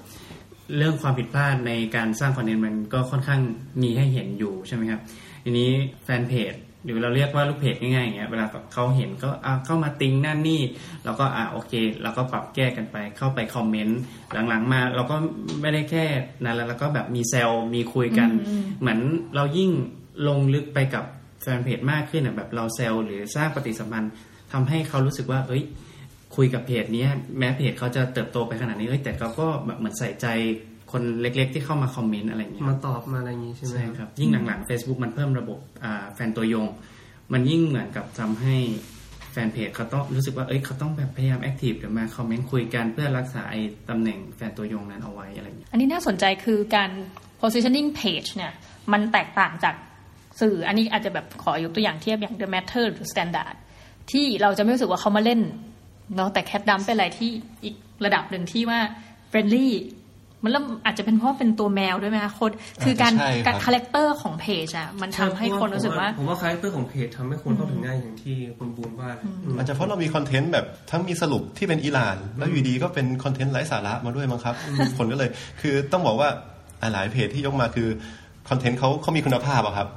Speaker 4: เรื่องความผิดพลาดในการสร้างคอนเทนต์มันก็ค่อนข้างมีให้เห็นอยู่ใช่ไหมครับทีนี้แฟนเพจหรือเราเรียกว่าลูกเพจง่ายๆอย่างเงี้ยเวลาเขาเห็นก็อ่าเข้ามาติงนั่นนี่เราก็อ่าโอเคเราก็ปรับแก้กันไปเข้าไปคอมเมนต์หลังๆมาเราก็ไม่ได้แค่นั้นแล้วเราก็แบบมีแซลมีคุยกัน เหมือนเรายิ่งลงลึกไปกับแฟนเพจมากขึ้นอะแบบเราแซลหรือสร้างปฏิสัมพันธ์ทำให้เขารู้สึกว่าเอ้ย คุยกับเพจเนี้ยแม้เพจเขาจะเติบโตไปขนาดนี้เอ้ยแต่เขาก็แบบเหมือนใส่ใจคนเล็กๆ ที่เข้ามาคอมเมนต์อะไรอย่างเงี้ย
Speaker 3: มาตอบมาอะไรอย่างงี้ใช่ไหม
Speaker 4: ใช่ครับ ยิ่งหลังๆ Facebook มันเพิ่มระบบอ่าแฟนตัวยง มันยิ่งเหมือนกับทำให้แฟนเพจเขาต้องรู้สึกว่าเอ้ยเขาต้องแบบพยายามแอคทีฟหรือมาคอมเมนต์คุยกันเพื่อรักษาไอ้ตำแหน่งแฟนตัวยงนั้นเอาไว้อะไรอย่างเงี้ย
Speaker 1: อันนี้น่าสนใจคือการ positioning page เนี่ยมันแตกต่างจากสื่ออันนี้อาจจะแบบขอยกตัวอย่างเทียบอย่าง The Matter หรือ Standard ที่เราจะไม่รู้สึกว่าเขามาเล่นเนาะแต่แค t ดัมเป็นอะไรที่อีกระดับหนึ่งที่ว่า friendly มันเริ่มอาจจะเป็นเพราะเป็นตัวแมวด้วยไหมคะคนคือการ
Speaker 2: ใช่ครับ
Speaker 1: การคาแรคเตอร์ของเพจอะมันทำให้คนรู้สึกว่า
Speaker 3: ผมว่าคาแรคเตอร์ของเพจทำให้คนเข้าถึงง่ายอย่างที่คุณบูนว่าเลย
Speaker 2: อาจจะเพราะเรามีคอนเทนต์แบบทั้งมีสรุปที่เป็นอีหร่าน แล้วอยู่ดีก็เป็นคอนเทนต์ไร้สาระมาด้วยมั้งครับ คนก็เลย คือต้องบอกว่าหลายเพจที่ยกมาคือคอนเทนต์เขาเขามีคุณภาพอะครับ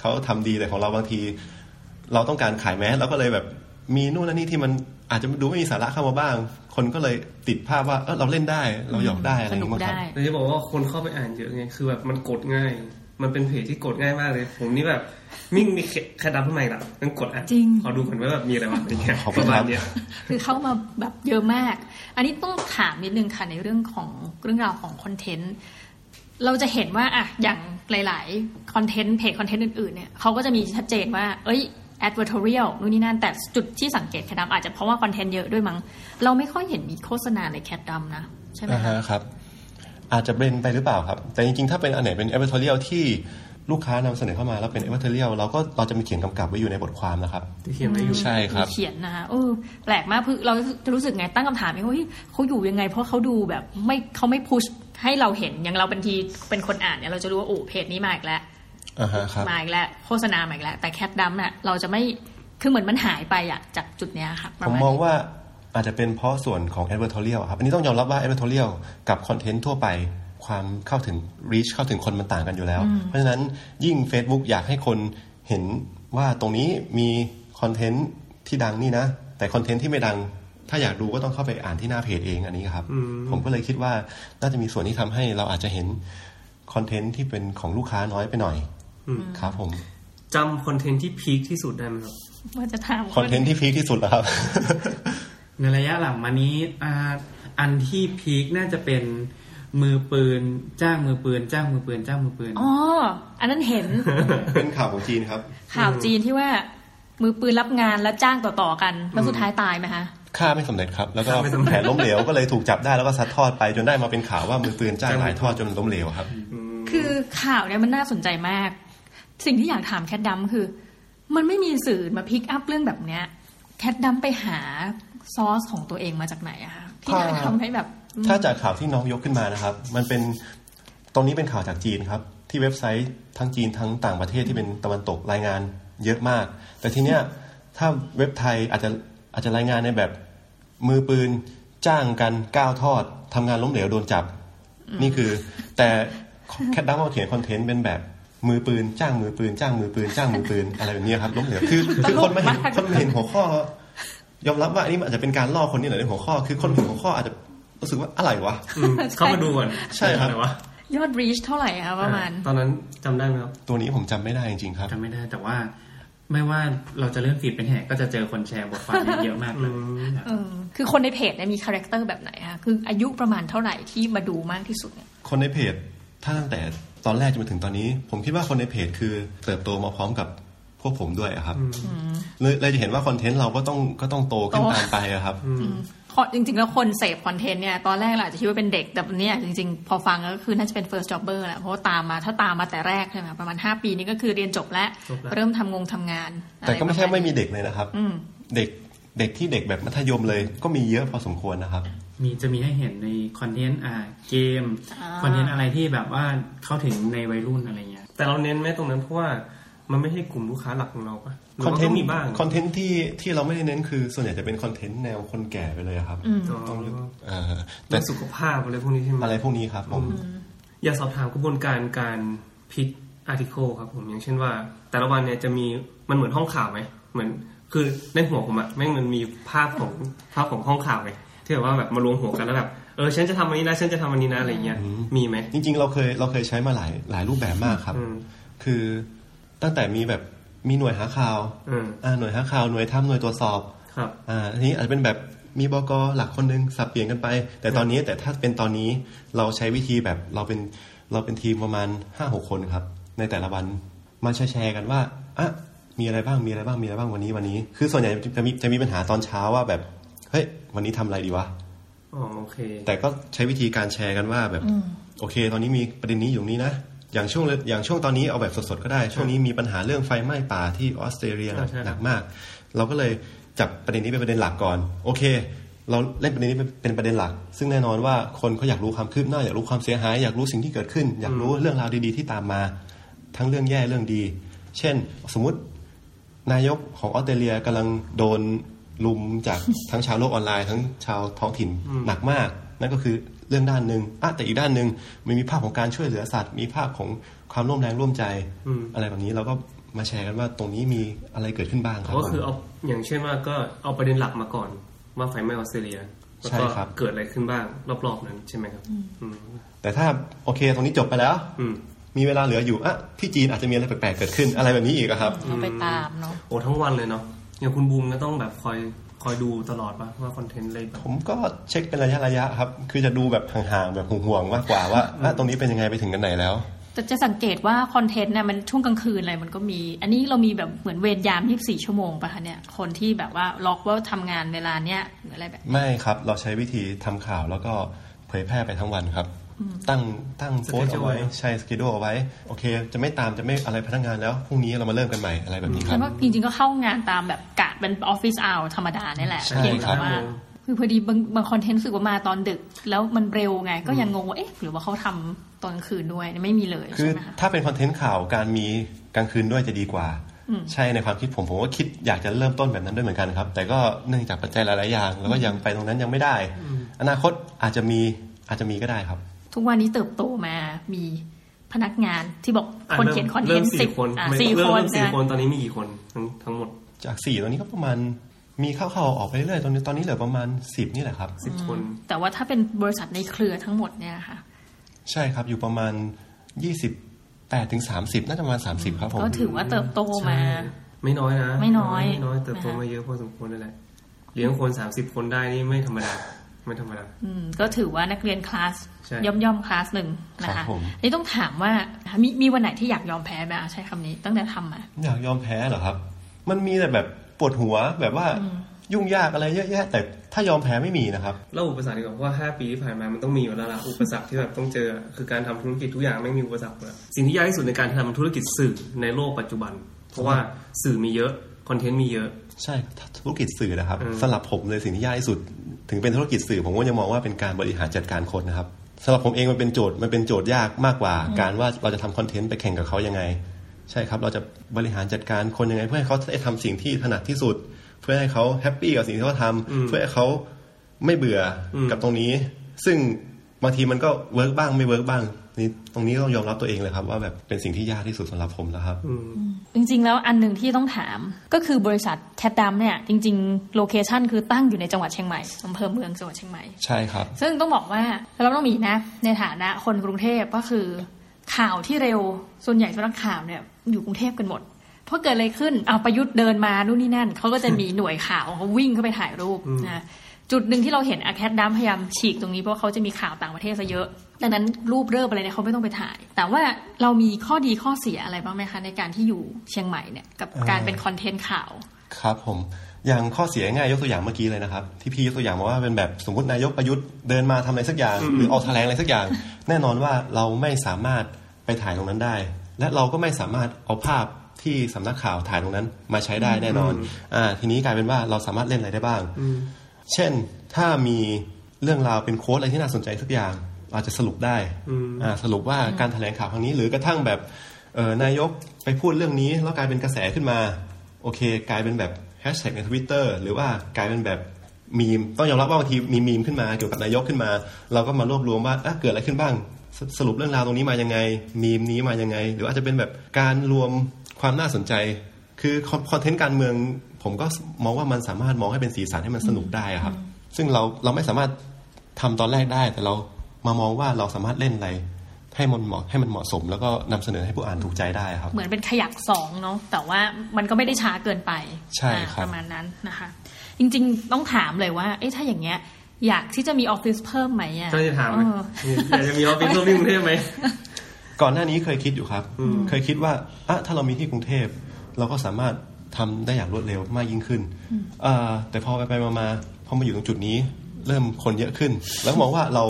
Speaker 2: เขาทำดีแต่ของเราบางที เราต้องการขายแมสเราก็เลยแบบมีนู่นนั่นนี่ที่มันอาจจะดูไม่มีสาระเข้ามาบ้าง คนก็เลยติดภาพว่าเออเราเล่นได้เราหยอกได้อะไร
Speaker 1: ส
Speaker 2: อย่าง
Speaker 1: นุก
Speaker 2: เงี้ยมั้งครับ
Speaker 1: ได้
Speaker 3: แต่จะบอกว่าคนเข้าไปอ่านเยอะไง คือแบบมันกดง่าย มันเป็นเพจที่กดง่ายมากเลย ผมนี่แบบมิ่งมีแคทดำทำไมล่ะต้องกดอ่ะ
Speaker 1: จริง
Speaker 3: ขอดูก่อนว่าแบบมีอะไรบ้างอะไรเงี้ย
Speaker 2: [LAUGHS] ขอบคุ
Speaker 3: ป
Speaker 2: ณ
Speaker 3: ระ
Speaker 2: ค
Speaker 3: มา
Speaker 2: รั
Speaker 3: ณ
Speaker 2: บ
Speaker 3: เนี้ย
Speaker 1: คือเข้ามาแบบเยอะมาก อันนี้ต้องถามนิดนึงค่ะในเรื่องของเรื่องราวของคอนเทนต์ เราจะเห็นว่าอะอย่างหลาย ๆ คอนเทนต์เพจคอนเทนต์อื่น ๆ เนี่ยเขาก็จะมีชัดเจนว่า เอ้ย advertorial นู่นนี่นั่น แต่จุดที่สังเกตแคดดำอาจจะเพราะว่าคอนเทนต์เยอะด้วยมั้ง เราไม่ค่อยเห็นมีโฆษณาในแคดดำนะ ใช่ไหม
Speaker 2: อ่า
Speaker 1: คะ
Speaker 2: ฮะครับ อาจจะเบรนไปหรือเปล่าครับ แต่จริงๆ ถ้าเป็นอันไหนเป็น editorial ที่ลูกค้านำเสนอเข้ามาแล้วเป็น editorial เราก็เราจะมีเขียนกำกับไว้อยู่ในบทความนะครับ
Speaker 3: ที่เขียนไว้อยู่
Speaker 2: ใช่ครับ
Speaker 1: มีเขียนนะคะเออแปลกมากคือเราจะรู้สึกไงตั้งคำถามเองว่าเฮ้ยเขาอยู่ยังไง เพราะเขาดูแบบไม่เขาไม่พุชให้เราเห็นอย่างเราบางทีเป็นคนอ่านเนี่ยเราจะรู้ว่าโอ้เพจนี้มาอีกแล้ว
Speaker 2: อ่าฮะครับ
Speaker 1: มาอีกแล้วโฆษณามาอีกแล้วแต่แคทดัมเนี่ยเราจะไม่คือเหมือนมันหายไปอะจากจุดเนี้ยค่ะประ
Speaker 2: ผม
Speaker 1: มาณ
Speaker 2: มอง
Speaker 1: นี้
Speaker 2: ว่าอาจจะเป็นเพราะส่วนของ editorial อะครับ อันนี้ต้องยอมรับว่า editorial กับ content ทั่วไป ความเข้าถึง reach เข้าถึงคนมันต่างกันอยู่แล้ว เพราะฉะนั้นยิ่ง Facebook อยากให้คนเห็นว่าตรงนี้มีคอนเทนต์ที่ดังนี่นะ แต่คอนเทนต์ที่ไม่ดัง ถ้าอยากดูก็ต้องเข้าไปอ่านที่หน้าเพจเองอันนี้ครับ ผมก็เลยคิดว่าน่าจะมีส่วนที่ทำให้เราอาจจะเห็นคอนเทนต์ที่เป็นของลูกค้าน้อยไปหน่อยครับผม
Speaker 3: จำคอนเทนต์ที่พีคที่สุดได้ไหมครับ
Speaker 1: ว่าจะทำ
Speaker 2: คอนเทนต์ที่พีคที่สุดแล้วครับ [LAUGHS]
Speaker 4: ในระยะหลังมานี้อ่าอันที่พีคน่าจะเป็นมือปืนจ้างมือปืน จ้างมือปืนจ้างมือปืน
Speaker 1: อ๋ออันนั้นเห็น
Speaker 2: เป็นข่าวของจีนครับ
Speaker 1: ข่าวจีนที่ว่า มือปืนรับงานแล้วจ้างต่อๆกัน แล้วสุดท้ายตายไหมคะ
Speaker 2: ฆ่าไม่สำเร็จครับ แล้วก็
Speaker 3: ฆ่าไม่สำเร็จ
Speaker 2: แผนล้มเหลวก็เลยถูกจับได้แล้วก็ซัดทอดไปจนได้มาเป็นข่าวว่ามือปืนจ้างหลายทอดจนล้มเหลวครับ
Speaker 1: คือข่าวเนี่ยมันน่าสนใจมาก สิ่งที่อยากถามแคทดัมคือ มันไม่มีสื่อมาพิกอัพเรื่องแบบเนี้ย แคทดัมไปหาซอสของตัวเองมาจากไหนอะคะที่
Speaker 2: ถ้า
Speaker 1: ทำให้แบบอืม
Speaker 2: ถ้าจากข่าวที่น้องยกขึ้นมานะครับ มันเป็นตรงนี้เป็นข่าวจากจีนครับ ที่เว็บไซต์ทั้งจีนทั้งต่างประเทศที่เป็นตะวันตกรายงานเยอะมาก แต่ทีเนี้ยถ้าเว็บไทยอาจจะอาจจะรายงานในแบบมือปืนจ้างกันก้าวทอดทำงานล้มเหลวโดนจับ นี่คือ แต่แคดดัมเขาเขียนคอนเทนต์เป็นแบบมือปืนจ้างมือปืนจ้างมือปืนจ้างมือปืนอะไรแบบเนี้ยครับล้มเหลวคือคือคนมาเห็นคนมาเห็นหัวข้อ ยอมรับว่าอันนี้มันอาจจะเป็นการล่อคนนี่แหละในหัวข้อ คือคนเห็นหัวข้ออาจจะรู้สึกว่าอะไรวะ
Speaker 3: อืมเข้ามาดูก่อน
Speaker 2: ใช่ครับ
Speaker 3: อะไรวะ
Speaker 1: ยอดรีชเท่าไหร่คะประมาณ
Speaker 3: ตอนนั้นจำได้ไหมครับ
Speaker 2: ตัวนี้ผมจำไม่ได้จริงๆครับ
Speaker 4: จำไม่ได้แต่ว่าไม่ว่าเราจะเลื่อนฟีดเป็นแหกก็จะเจอคนแชร์บทความนี้เยอะมากเลย
Speaker 3: อืม
Speaker 4: ครับ
Speaker 1: เออคือคนในเพจเนี่ยมีคาแรคเตอร์แบบไหนคะคืออายุประมาณเท่าไหร่ที่มาดูมากที่สุดเนี่ย
Speaker 2: คนในเพจถ้าตั้งแต่ตอนแรกจนมาถึงตอนนี้ ผมคิดว่าคนในเพจคือเติบโตมาพร้อมกับพวกผมด้วยอะครับเลยเลยจะเห็นว่าคอนเทนต์เราก็ต้องก็ต้องโตขึ้น
Speaker 1: โต
Speaker 2: ตามไปอะครับ
Speaker 1: ขอจริงๆ แล้วคนเสพคอนเทนต์เนี่ย ตอนแรกเราอาจจะคิดว่าเป็นเด็ก แต่เนี่ยจริงๆ พอฟังแล้วก็คือน่าจะเป็น first jobber แหละ เพราะว่าตามมาถ้าตามมาแต่แรกใช่ไหมประมาณ 5 ปีนี้ก็คือเรียนจบแล้ว
Speaker 3: จบแล้ว
Speaker 1: เริ่มทำงงทำงานอะร
Speaker 2: แต่ก็ไม่ใช่
Speaker 1: ประาณ
Speaker 2: ไม่มีเด็กเลยนะครับ
Speaker 1: อืม
Speaker 2: เด็กเด็กที่เด็กแบบมัธยมเลย ก็มีเยอะพอสมควรนะครับ
Speaker 4: มีจะมีให้เห็นในคอนเทนต์อ่าเกม
Speaker 1: อ่า
Speaker 4: คอนเทนต์อะไรที่แบบว่าเข้าถึงในวัยรุ่นอะไรเงี้ย
Speaker 3: แต่เราเน้นไหมตรงนั้นเพราะว่ามันไม่ใช่กลุ่มลูกค้าหลักของเราปะหรือ
Speaker 2: คอน
Speaker 3: ว่า
Speaker 2: เทน
Speaker 3: ก็
Speaker 2: ต์
Speaker 3: มีบ้าง
Speaker 2: คอนเทนต์ที่ที่เราไม่ได้เน้นคือ ส่วนใหญ่จะเป็นคอนเทนต์แนวคนแก่ไปเลยอะครับ
Speaker 3: อ๋อ
Speaker 2: ต้องเลือกเอ่อแต่
Speaker 3: เรื่องสุขภาพอะไรพวกนี้ใช่ไหม
Speaker 2: อะไรพวกนี้ครับผม
Speaker 3: อยากสอบถามกระบวนการการพิกอาร์ติเคิลครับผมอย่างเช่นว่า แต่ละวันเนี่ยจะมีมันเหมือนห้องข่าวไหมเหมือนคือในหัวผมอะแม่งมันมีภาพของภาพของห้องข่าวไงที่แบบว่าแบบมารวมหัวกันแล้วแบบเออฉันจะทำอันนี้นะฉันจะทำอันนี้นะอะไรเงี้ยมีไหม
Speaker 2: จริงๆ เราเคยเราเคยใช้มาหลายหลายรูปแบบมากครับ
Speaker 3: อืม
Speaker 2: คือตั้งแต่มีแบบมีหน่วยหาข่าว
Speaker 3: เออ
Speaker 2: อ่าหน่วยหาข่าวหน่วยทำหน่วยตรวจสอบ
Speaker 3: ครับ
Speaker 2: อ่าอันนี้อาจจะเป็นแบบมีบกหลักคนหนึงสับเปลี่ยนกันไป แต่ตอนนี้แต่ถ้าเป็นตอนนี้เราใช้วิธีแบบเราเป็นเราเป็นทีมประมาณห้าหกคนครับ ในแต่ละวันมาแชร์ๆกันว่าอ่ะมีอะไรบ้างมีอะไรบ้างมีอะไรบ้างวันนี้วันนี้ คือส่วนใหญ่จะมีจะมีปัญหาตอนเช้าว่าแบบเฮ้ยวันนี้ทำอะไรดีวะ
Speaker 3: อ๋อโอเค
Speaker 2: แต่ก็ใช้วิธีการแชร์กันว่าแบบ โอเค ตอนนี้มีประเด็นนี้อยู่นี้นะ อย่างช่วงอย่างช่วงตอนนี้เอาแบบสดๆก็ได้ ช่วงนี้มีปัญหาเรื่องไฟไหม้ป่าที่ออสเตรเลียหนัก
Speaker 3: ใช่ใช่
Speaker 2: หนักมาก เราก็เลยจับประเด็นนี้เป็นประเด็นหลักก่อน โอเค เราเล่นประเด็นนี้เป็นประเด็นหลัก ซึ่งแน่นอนว่าคนเขาอยากรู้ความคืบหน้าอยากรู้ความเสียหาย อยากรู้สิ่งที่เกิดขึ้น อยากรู้เรื่องราวดีๆที่ตามมา ทั้งเรื่องแย่เรื่องดี เช่น สมมติ นายกของออสเตรเลียกำลังโดนลุม
Speaker 3: [LAUGHS]
Speaker 2: จาก ทั้งชาวโลกออนไลน์ทั้งชาวท้องถิ่นหนักมาก นั่นก็คือเรื่องด้านหนึ่งอ่ะแต่อีกด้านหนึ่งมันมีภาพของการช่วยเหลือสัตว์ มีภาพของความร่วมแรงร่วมใจ
Speaker 3: อืม
Speaker 2: อะไรแบบนี้เราก็มาแชร์กันว่าตรงนี้มีอะไรเกิดขึ้นบ้างครับ
Speaker 3: ก็คือ
Speaker 2: ผม
Speaker 3: เอาอย่างเช่นว่าก็เอาประเด็นหลักมาก่อนว่าไฟไหม้ออสเตรเลียแล้วก็
Speaker 2: ใช่ครับ
Speaker 3: เกิดอะไรขึ้นบ้างรอบๆนั้นใช่ไหมครับ อืม
Speaker 2: แต่ถ้าโอเคตรงนี้จบไปแล้ว
Speaker 3: อืม
Speaker 2: มีเวลาเหลืออยู่อ่ะที่จีนอาจจะมีอะไรแปลกๆเกิดขึ้นอะไรแบบนี้อีกอะครับ
Speaker 1: เอาไปตามเนาะ
Speaker 3: โอ้ทั้งวันเลยเนาะอย่างคุณบูมก็ต้องแบบคอยคอยดูตลอดปะว่าคอนเทนต์อะไรแบบ
Speaker 2: ผมก็เช็คเป็นระยะระยะครับ คือจะดูแบบห่างๆแบบห่วงๆมากกว่าว่าอ่ะตรงนี้เป็นยังไงไปถึงกันไหนแล้ว
Speaker 1: แต่จะสังเกตว่าคอนเทนต์เนี่ยมันช่วงกลางคืนอะไรมันก็มี อันนี้เรามีแบบเหมือนเวรยาม 24 ชั่วโมงป่ะคะเนี่ย คนที่แบบว่าล็อกว่าทำงานเวลาเนี้ยหรืออะไรแบบ
Speaker 2: ไม่ครับ เราใช้วิธีทำข่าวแล้วก็เผยแพร่ไปทั้งวันครับ ตั้งตั้งโพสต์
Speaker 3: Schedule
Speaker 2: เอาไว้
Speaker 3: ไว้
Speaker 2: ใช้สกิดเอาไว้ โอเค จะไม่ตามจะไม่อะไรพนักงานแล้วพรุ่งนี้เรามาเริ่มกันใหม่อะไรแบบนี้
Speaker 1: ฉั
Speaker 2: ครับ
Speaker 1: นว่าจริงๆก็เข้างานตามแบบกะเป็นออฟฟิศเอาธรรมดาเนี่ยแหละ
Speaker 2: ใช่
Speaker 1: เพียง
Speaker 2: ครั
Speaker 1: แต่
Speaker 2: บ
Speaker 1: ว่าคือพอดีบางบางคอนเทนต์รู้สึกว่ามาตอนดึก แล้วมันเร็วไง ก็ยังงงว่าเอ๊ะหรือว่าเขาทำตอนกลางคืนด้วยไม่มีเลย
Speaker 2: คือ
Speaker 1: ใช่ไหมคะ
Speaker 2: ถ้าเป็นคอนเทนต์ข่าวการมีกลางคืนด้วยจะดีกว่า ใช่ในความคิดผมผมก็คิดอยากจะเริ่มต้นแบบนั้นด้วยเหมือนกันครับ แต่ก็เนื่องจากปัจจัยหลายๆอย่างแล้วก็ยังไปตรงนั้นยังไม่ได้ อนาคตอาจจะมีอาจจะมีก็ได้ครับ
Speaker 1: ทุกวันนี้เติบโตมามีพนักงานที่บอก
Speaker 3: อ่ะ
Speaker 1: คน
Speaker 3: ริ่ม
Speaker 1: เขียนคอนเทน
Speaker 3: ริ่ม
Speaker 1: ต์สิ
Speaker 3: สี่
Speaker 1: บ
Speaker 3: คน
Speaker 1: อ่ะ
Speaker 3: ไม่
Speaker 1: สี่
Speaker 3: เริ่ม
Speaker 1: คน
Speaker 3: เริ่มสี่
Speaker 1: นะ
Speaker 3: คนตอนนี้มีกี่คนทั้งทั้งหมด
Speaker 2: จากสี่ตอนนี้ก็ประมาณมีเข้าๆออกไปเรื่อยๆตอนนี้ตอนนี้เหลือประมาณสิบนี่แหละครับ
Speaker 3: สิบคน
Speaker 1: แต่ว่าถ้าเป็นบริษัทในเครือทั้งหมดเนี่ยนะคะ
Speaker 2: ใช่ครับ อยู่ประมาณ 28ถึง30 น่าจะประมาณ 30 ครับผม
Speaker 1: ก็ถือว่าเติบโตมา
Speaker 3: ใช่ไม่น้อยนะ
Speaker 1: ไม่น้อย
Speaker 3: ไม่น้อยแต่โต
Speaker 1: นะคะ
Speaker 3: มาเยอะพอสมควรเลยแหละเลี้ยงคนสามสิบคนได้นี่ไม่ธรรมดาไม่ธรรมดา
Speaker 1: อืมก็ถือว่านักเรียนคลาส
Speaker 3: ใช่
Speaker 1: ย่อมย่อมๆคลาสหนึ่งนะ
Speaker 2: ครั
Speaker 1: คะ
Speaker 2: บผม
Speaker 1: อันนี่ต้องถามว่ามีมีวันไหนที่อยากยอมแพ้ไหมอ่ะใช้คำนี้ตั้งแต่ทำมา
Speaker 2: อยากยอมแพ้เหรอครับ มันมีแต่แบบปวดหัวแบบว่ายุ่งยากอะไรเยอะแยะ แต่ถ้ายอมแพ้ไม่มีนะครับ
Speaker 3: เล่าอุปสรรคดีกว่าเพราะว่า 5 ปีที่ผ่านมามันต้องมีอยู่แล้วล่ะอุปสรรคที่แบบต้องเจอคือการทำธุรกิจทุกอย่างไม่งมีอุปสรรคหมดอะสิ่งที่ยากที่สุดในการทำธุรกิจสื่อในโลกปัจจุบัน เพราะว่าสื่อมีเยอะคอนเทนต์มีเยอะ
Speaker 2: ใช่ธุรกิจสื่อนะครับ
Speaker 3: อืม
Speaker 2: สำหรับผมเลยสิ่งที่ยากที่สุด ถึงเป็นธุรกิจสื่อ ผมก็ยังมองว่าเป็นการบริหารจัดการคนนะครับสำหรับผมเองมันเป็นโจทย์มันเป็นโจทย์ยากมากกว่า การว่าเราจะทำคอนเทนต์ไปแข่งกับเขายังไง ใช่ครับ เราจะบริหารจัดการคนยังไง เพื่อให้เขาได้ทำสิ่งที่ถนัดที่สุด เพื่อให้เขาแฮปปี้กับสิ่งที่เขาทำเพื่อให้เขาไม่เบื่ออกับตรงนี้ ซึ่งบางทีมันก็เวิร์กบ้างไม่เวิร์กบ้างนี่ตรงนี้ต้องยอมรับตัวเองเลยครับว่าแบบเป็นสิ่งที่ยากที่สุดสำหรับผมแล้วครับ
Speaker 3: อืม
Speaker 1: จริงๆ แล้วอันหนึ่งที่ต้องถามก็คือบริษัทแคดดัมเนี่ยจริงๆ โลเคชันคือตั้งอยู่ในจังหวัดเชียงใหม่อำเภอเมืองจังหวัดเชียงใหม่
Speaker 2: ใช่ครับ
Speaker 1: ซึ่งต้องบอกว่าเราต้องมีนะในฐานะคนกรุงเทพก็คือ ข่าวที่เร็วส่วนใหญ่สำนักข่าวเนี่ยอยู่กรุงเทพกันหมด เพราะเกิดอะไรขึ้นเอาประยุทธ์เดินมานู่นนี่นั่นเขาก็จะมี หน่วยข่าวของเขาวิ่งเข้าไปถ่ายรูปนะจุดหนึ่งที่เราเห็นอาแคดดัมพยายามฉีกตรงนี้เพราะเขาจะมีข่าวต่างประเทศซะเยอะ ดังนั้นรูปเริ่มอะไรเนี่ยเขาไม่ต้องไปถ่าย แต่ว่าเรามีข้อดีข้อเสียอะไรบ้างไหมคะในการที่อยู่เชียงใหม่เนี่ยกับการเป็นคอนเทนต์ข่าว
Speaker 2: ครับผมอย่างข้อเสียง่ายยกตัวอย่างเมื่อกี้เลยนะครับ ที่พี่ยกตัวอย่างมาว่าเป็นแบบสมมตินายกประยุทธ์เดินมาทำอะไรสักอย่าง หรือออกแถลงอะไรสักอย่าง แน่นอนว่าเราไม่สามารถไปถ่ายตรงนั้นได้ และเราก็ไม่สามารถเอาภาพที่สำนักข่าวถ่ายตรงนั้นมาใช้ได้แน่นอนอ่าทีนี้กลายเป็นว่าเราสามารถเล่นอะไรได้บ้าง เช่นถ้ามีเรื่องราวเป็นโค้ดอะไรที่น่าสนใจสักอย่าง เราจะสรุปได้
Speaker 3: อืม
Speaker 2: อ่าสรุปว่าการแถลงข่าวครั้งนี้ หรือกระทั่งแบบเอ่อนายกไปพูดเรื่องนี้ แล้วกลายเป็นกระแสขึ้นมา โอเค กลายเป็นแบบแฮชแท็กในทวิตเตอร์หรือว่ากลายเป็นแบบมีมต้องยอมรับว่าบางทีมีมีมขึ้นมาเกี่ยวกับนายกขึ้นมา เราก็มารวบรวมว่าอ่ะเกิดอะไรขึ้นบ้างสสรุปเรื่องราวตรงนี้มายังไง มีมนี้มายังไง หรืออาจจะเป็นแบบการรวมความน่าสนใจ คือคอนคอนเทนต์การเมือง ผมก็มองว่ามันสามารถมองให้เป็นสีสันให้มันสนุกได้อะครับ ซึ่งเราเราไม่สามารถทำตอนแรกได้ แต่เรามามองว่าเราสามารถเล่นอะไร ให้มันเหมาะให้มันเหมาะสม แล้วก็นำเสนอให้ผู้อ่านถูกใจได้อะครับ
Speaker 1: เหมือนเป็นขยักสองเนาะแต่ว่ามันก็ไม่ได้ช้าเกินไป
Speaker 2: ใช่ครับ
Speaker 1: อ่าประมาณนั้นนะคะ จริงๆต้องถามเลยว่า เอ๊ะถ้าอย่างเงี้ย อยากที่จะมีออฟฟิศเพิ่มไหมอ่ะ
Speaker 3: ก็จะถามไหม
Speaker 1: เออ
Speaker 3: อยากจะมีออฟฟิศเพิ่มที่กรุงเทพ
Speaker 1: [LAUGHS]
Speaker 3: ไหม
Speaker 2: ก่อนหน้านี้เคยคิดอยู่ครับ เคยคิดว่าอะถ้าเรามีที่กรุงเทพ เราก็สามารถทำได้อย่างรวดเร็วมากยิ่งขึ้นเอ่อแต่พอไปไปมามาพอมาอยู่ตรงจุดนี้ เริ่มคนเยอะขึ้น แล้วก็มองว่าเรา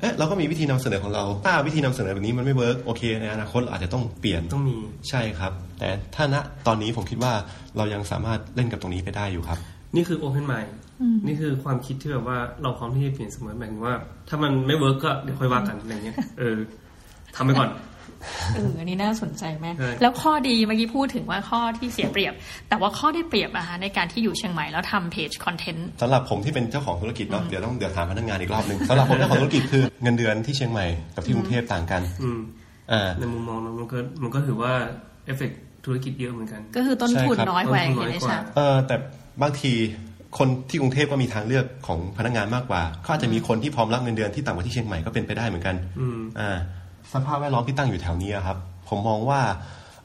Speaker 2: เอ๊ะเราก็มีวิธีนำเสนอของเรา ถ้าวิธีนำเสนอแบบนี้มันไม่เวิร์กโอเคในอนาคตเราอาจจะต้องเปลี่ยน
Speaker 3: ต้องมี
Speaker 2: ใช่ครับ แต่ถ้าณตอนนี้ผมคิดว่าเรายังสามารถเล่นกับตรงนี้ไปได้อยู่ครับ
Speaker 3: นี่คือโอเพนไมล์นี่คือความคิดที่แบบว่าเราพร้อมที่จะเปลี่ยนเสมอหมายถึงว่า ถ้ามันไม่เวิร์กก็เดี๋ยวค่อยว่ากันอะไรเงี้ยเออทำไป
Speaker 1: [LAUGHS]
Speaker 3: ก่อน
Speaker 1: เอออันนี้น่าสนใจมาก
Speaker 3: ใช่
Speaker 1: แล้วข้อดีเมื่อกี้พูดถึงว่าข้อที่เสียเปรียบ แต่ว่าข้อได้เปรียบนะคะในการที่อยู่เชียงใหม่แล้วทำเพจคอนเทนต์
Speaker 2: สำหรับผมที่เป็นเจ้าของธุรกิจเนาะเดี๋ยวต้องเดี๋ยวถามพนักงานอีกรอบหนึ่งสำหรับผมเจ้าของธุรกิจ [LAUGHS] คือเงินเดือนที่เชียงใหม่กับที่กรุงเทพต่างกัน
Speaker 3: อืม
Speaker 2: อ่า
Speaker 3: ในมุมมองเรามันก็มันก็ถือว่าเอฟเฟกต์ธุรกิจเยอะเหมือนกัน
Speaker 1: ก็คือต้นทุน
Speaker 2: ใช่ครับ
Speaker 1: น้อยกว่าอ
Speaker 3: ต้
Speaker 1: น ย่าง
Speaker 3: ทุนน้อย
Speaker 1: นี้
Speaker 3: กว่า
Speaker 1: ใช่
Speaker 2: เออแต่บางทีคนที่กรุงเทพก็มีทางเลือกของพนักงานมากกว่า เขาอาจจะมีคนที่พร้อมรับเงินเดือนที่ต่ำกว่าที่เชียงใหม่ก็เป็นไปได้เหมือนกัน
Speaker 3: อืม
Speaker 2: อ่าสภาพแวดล้อมที่ตั้งอยู่แถวนี้อะครับ ผมมองว่า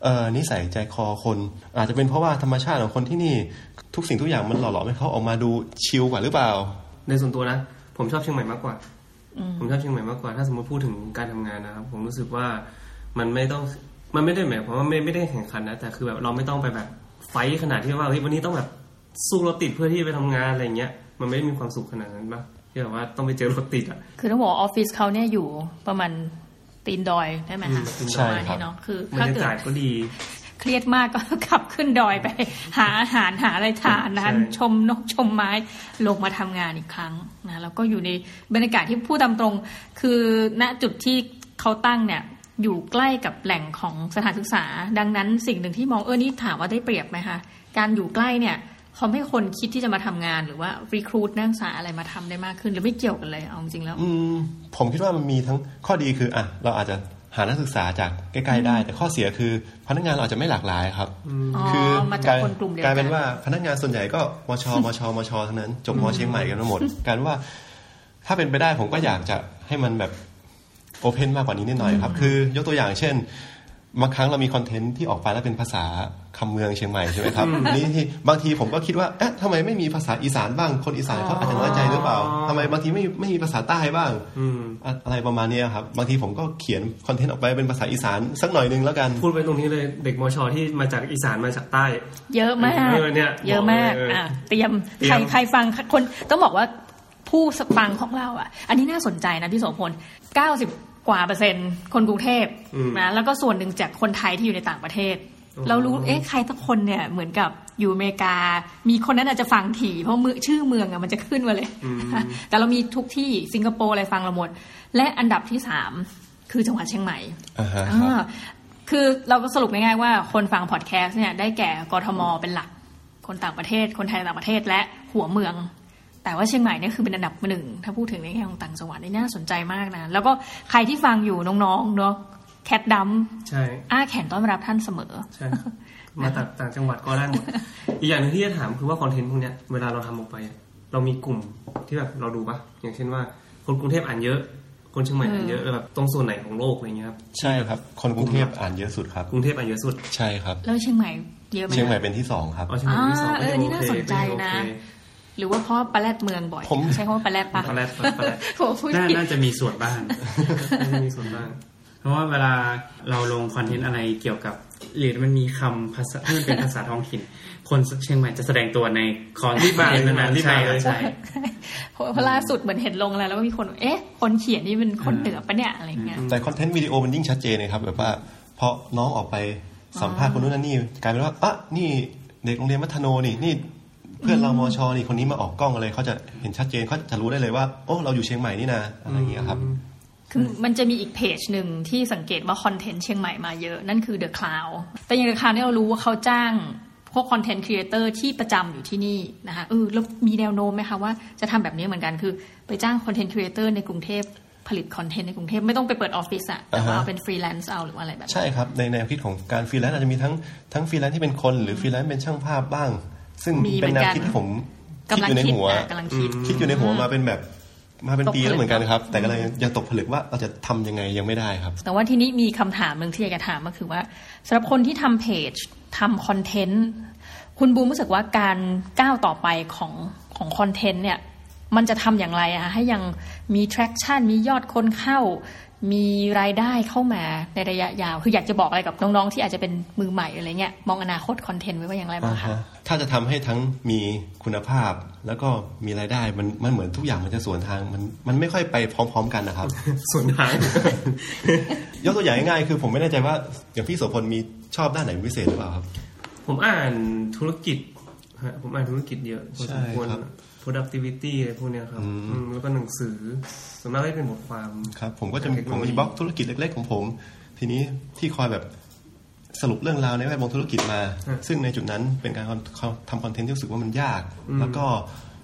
Speaker 2: เออนิสัยใจคอคน อาจจะเป็นเพราะว่าธรรมชาติของคนที่นี่ทุกสิ่งทุกอย่างมันหล่อหลอมให้เขาออกมาดูชิลกว่าหรือเปล่า
Speaker 3: ในส่วนตัวนะ ผมชอบเชียงใหม่มากกว่า ผมชอบเชียงใหม่มากกว่า ถ้าสมมติพูดถึงการทำงานนะครับ ผมรู้สึกว่ามันไม่ต้องมันไม่ได้หมายความว่าไม่ไม่ได้แข่งขันนะ แต่คือแบบเราไม่ต้องไปแบบไฟท์ขนาดที่ว่าเฮ้ยวันนี้ต้องแบบสู้รถติดเพื่อที่จะไปทำงานอะไรเงี้ย มันไม่ได้มีความสุขขนาดนั้นปะที่แบบว่าต้องไปเจอรถติดอ่ะ
Speaker 1: คือต้องบอกว่าออฟฟิศเขาเนี่ยอยู่ประมาณตีนดอยได้ไหมคะ
Speaker 3: อืม
Speaker 1: ประมาณ
Speaker 2: ใช่ครับ
Speaker 1: นี้เนาะคือบ
Speaker 3: ร
Speaker 1: ถ้าร
Speaker 3: ยา
Speaker 1: เกิด
Speaker 3: กาศก็ดี
Speaker 1: เครียดมากก็ [LAUGHS] ขับขึ้นดอยไป หาอาหารหาอะไรทานนะ
Speaker 3: ใช่
Speaker 1: ชมนกชมไม้ลงมาทำงานอีกครั้งนะแล้วก็อยู่ในบรรยากาศที่พูดตามตรง คือณจุดที่เขาตั้งเนี่ยอยู่ใกล้กับแหล่งของสถานศึกษา ดังนั้นสิ่งหนึ่งที่มองเออนี่ถามว่าได้เปรียบไหมคะการอยู่ใกล้เนี่ยทำให้คนคิดที่จะมาทำงานหรือว่ารีครูดนักศึกษาอะไรมาทำได้มากขึ้นหรือไม่เกี่ยวกันเลยเอาจริงๆแล้ว
Speaker 2: อืมผมคิดว่ามันมีทั้งข้อดีคืออ่ะเราอาจจะหานักศึกษาจากใกล้ๆได้ แต่ข้อเสียคือพนักงานเราอาจจะไม่หลากหลายครับ
Speaker 1: อ๋อ
Speaker 2: คือ
Speaker 1: มาจากคนกลุ่มเดียว
Speaker 2: ก
Speaker 1: กั
Speaker 2: ลาย
Speaker 1: น
Speaker 2: เป็นว่าพนักงานส่วนใหญ่ก็ม
Speaker 1: [LAUGHS]
Speaker 2: ช มช มชทั้งนั้น จบมเชียงใหม่กันทั้งหมดกลารว่า ถ้าเป็นไปได้ผมก็อยากจะให้มันแบบโอเพนมากกว่านี้นิดหน่อยครับ คือยกตัวอย่างเช่น บางครั้งเรามีคอนเทนต์ที่ออกไปแล้วเป็นภาษาคำเมืองเชียงใหม่ใช่ไหมครับนี่บางทีผมก็คิดว่าเอ๊ะทำไมไม่มีภาษาอีสานบ้าง คนอีสานเขาอาจจะน้อยใจหรือเปล่าทำไมบางทีไม่ไม่มีภาษาใต้บ้าง
Speaker 3: อืม
Speaker 2: อะอะไรประมาณเนี้ยครับ บางทีผมก็เขียนคอนเทนต์ออกไปเป็นภาษาอีสานสักหน่อยหนึงแล้วกัน
Speaker 3: พูดไปตรงนี้เลยเด็กมอชอที่มาจากอีสานมาจากใต้
Speaker 1: เยอะมาก
Speaker 3: เออเนี่ย
Speaker 1: เยอะมาก
Speaker 3: เอออ่
Speaker 1: อ่ะเตรียม
Speaker 3: เตรีย
Speaker 1: ใคร
Speaker 3: ม
Speaker 1: ใครฟังคนต้องบอกว่าผู้ฟังของเราอ่ะ อันนี้น่าสนใจนะพี่โสพล90 กว่าเปอร์เซ็นต์ คนกรุงเทพ
Speaker 3: อืม
Speaker 1: นะแล้วก็ส่วนหนึ่งจากคนไทยที่อยู่ในต่างประเทศ
Speaker 3: อืม
Speaker 1: เรารู้เอ๊ะใครสักคนเนี่ยเหมือนกับอยู่อเมริกา มีคนนั้นอาจจะฟังถี่เพราะมือชื่อเมืองอ่ะมันจะขึ้นมาเลย แต่เรามีทุกที่สิงคโปร์อะไรฟังเราหมด และอันดับที่สามคือจังหวัดเชียงใหม่
Speaker 2: อ่าฮะค
Speaker 1: อ่า
Speaker 2: รับ
Speaker 1: คือเราก็สรุปง่ายๆว่าคนฟังพอดแคสต์เนี่ยได้แก่กทมเป็นหลัก คนต่างประเทศ คนไทยต่างประเทศและหัวเมือง แต่ว่าเชียงใหม่เนี่ยคือเป็นอันดับหนึ่ง ถ้าพูดถึงในแง่ของต่างจังหวัดนี่น่าสนใจมากนะ แล้วก็ใครที่ฟังอยู่น้องๆเนาะแคทดำ
Speaker 3: ใช่
Speaker 1: อ้าแขนต้อนรับท่านเสมอ
Speaker 3: ใช่ มาจากต่างจังหวัดก็ได้หมด อีกอย่างหนึ่งที่จะถามคือว่าคอนเทนต์พวกเนี้ยเวลาเราทำออกไปอะเรามีกลุ่มที่แบบเราดูปะอย่างเช่นว่า คนกรุงเทพอ่านเยอะ คนเชียงใหม่อ่านเยอะแล้วแบบตรงส่วนไหนของโลกอะไรเงี้ยครับ
Speaker 2: ใช่ครับ คนกรุงเทพอ่านเยอะสุดครับ
Speaker 3: กรุงเทพอ่านเยอะสุด
Speaker 2: ใช่ครับ
Speaker 1: แล้วเชียงใหม่เยอะไหม
Speaker 2: เชียงใหม่เป็นที่สองครับ
Speaker 3: เอาเชียงใหม่ที่สอง
Speaker 1: อ่าเอออันนี้น่าสนใจนะ หรือว่าเพราะปลาแรดเมืองบ่อย
Speaker 2: ผม
Speaker 1: ใช้คำว่าปลาแรด
Speaker 3: ปลา
Speaker 1: ปะ
Speaker 3: แรดปลาแรด
Speaker 1: โอ้พูด
Speaker 4: น่า
Speaker 1: ผิด
Speaker 4: น่าจะมีส่วนบ้าง
Speaker 3: ไม่มีส่วนบ้าง
Speaker 4: เพราะว่าเวลาเราลงคอนเทนต์อะไรเกี่ยวกับหรือมันมีคำภาษาที่มันเป็นภาษาท้องถิ่น คนเชียงใหม่จะแสดงตัวในคอนเทนต์นั้นๆใช่ครับใช่
Speaker 1: เพราะเพราะล่าสุดเหมือนเห็นลงแล้วแล้วก็มีคนเอ๊ะ คนเขียนนี่เป็นคนเหนือปะเนี่ยอะไรอย่างเงี้ย
Speaker 2: แต่คอนเทนต์วิดีโอมันยิ่งชัดเจนเลยครับ แบบว่าพอน้องออกไปสัมภาษณ์คนนู้นนั่นนี่กลายเป็นว่าอ่ะนี่เด็กโรงเรียนมัธโนนี่นี่ เพื่อนเรามอชอนี่คนนี้มาออกกล้องอะไรเขาจะเห็นชัดเจนเขาจะรู้ได้เลยว่าโอ้เราอยู่เชียงใหม่นี่นะอะไรอย่างเงี้ยครับ
Speaker 1: คือมันจะมีอีกเพจหนึ่งที่สังเกตว่าคอนเทนต์เชียงใหม่มาเยอะ นั่นคือ The Cloud แต่อย่าง The Cloud เนี่ยเรารู้ว่าเขาจ้างพวกคอนเทนต์ครีเอเตอร์ที่ประจำอยู่ที่นี่นะคะเออแล้วมีแนวโน้มไหมคะว่าจะทำแบบนี้เหมือนกันคือ ไปจ้างคอนเทนต์ครีเอเตอร์ในกรุงเทพผลิตคอนเทนต์ในกรุงเทพไม่ต้องไปเปิดออฟฟิศอะแต่ว่า
Speaker 2: อ่าฮะ
Speaker 1: เอาเป็นฟรีแลนซ์เอาหรือว่าอะไรแบบนี้
Speaker 2: ใช่ครับ ในแนวคิดของการฟรีแลนซ์อาจจะมีทั้งทั้งฟรีแลนซ์ที่เป็นคนหรือฟรีแลนซ์เป็นช่างภาพบ้าง ซึ่ง
Speaker 1: มีเหมื
Speaker 2: เป็
Speaker 1: อนน
Speaker 2: แนว
Speaker 1: กัน
Speaker 2: คิดที่ผม
Speaker 1: กำลัง
Speaker 2: อยู่ใน
Speaker 1: คิด
Speaker 2: หัว
Speaker 1: นะกำลังคิด
Speaker 2: คิดอยู่ในหัวมาเป็นแบบมาเป็น
Speaker 1: ตก
Speaker 2: ปี
Speaker 1: ผลึ
Speaker 2: แล้
Speaker 1: ก
Speaker 2: วเหมือนกันครับ แต่ก็เลยยังตกผลึกว่าเราจะทำยังไงยังไม่ได้ครับ
Speaker 1: แต่ว่าทีนี้มีคำถามหนึ่งที่อยากจะถามก็คือว่าสำหรับคนที่ทำเพจทำคอนเทนต์คุณบูมรู้สึกว่าการก้าวต่อไปของของคอนเทนต์เนี่ยมันจะทำอย่างไรอะคะให้ยังมี traction มียอดคนเข้า มีรายได้เข้ามาในระยะยาว คืออยากจะบอกอะไรกับน้องๆ ที่อาจจะเป็นมือใหม่อะไรเงี้ยมองอนาคตคอนเทนต์ไว้ว่าอย่างไรบ้างคะ
Speaker 2: ถ้าจะทำให้ทั้งมีคุณภาพแล้วก็มีรายได้มันมันเหมือนทุกอย่างมันจะสวนทางมันมันไม่ค่อยไปพร้อม ๆ กันนะครับ
Speaker 3: ส่วนทาง
Speaker 2: ยกตัวอย่างง่ายๆคือผมไม่แน่ใจว่าอย่างพี่โสพลมีชอบด้านไหนเป็นพิเศษหรือเปล่าครับ
Speaker 3: [LAUGHS] ผมอ่านธุรกิจฮะผมอ่านธุรกิจเยอะพอสมควร
Speaker 2: ใช่ครับ
Speaker 3: productivity อะไรพวกเนี้ยครับอืมแล้วก็หนังสือส่วนมากก็จะเป็นบทความ
Speaker 2: ครับผมก็จะมี
Speaker 3: เทคโน
Speaker 2: ผ
Speaker 3: โล
Speaker 2: ม
Speaker 3: ยี
Speaker 2: มีบล็อกธุรกิจเล็ก ๆ ของผม ทีนี้ที่คอยแบบสรุปเรื่องราวในแวดวงธุรกิจมา ซึ่งในจุดนั้นเป็นการทำคอนเทนต์ที่รู้สึกว่ามันยาก แล้วก็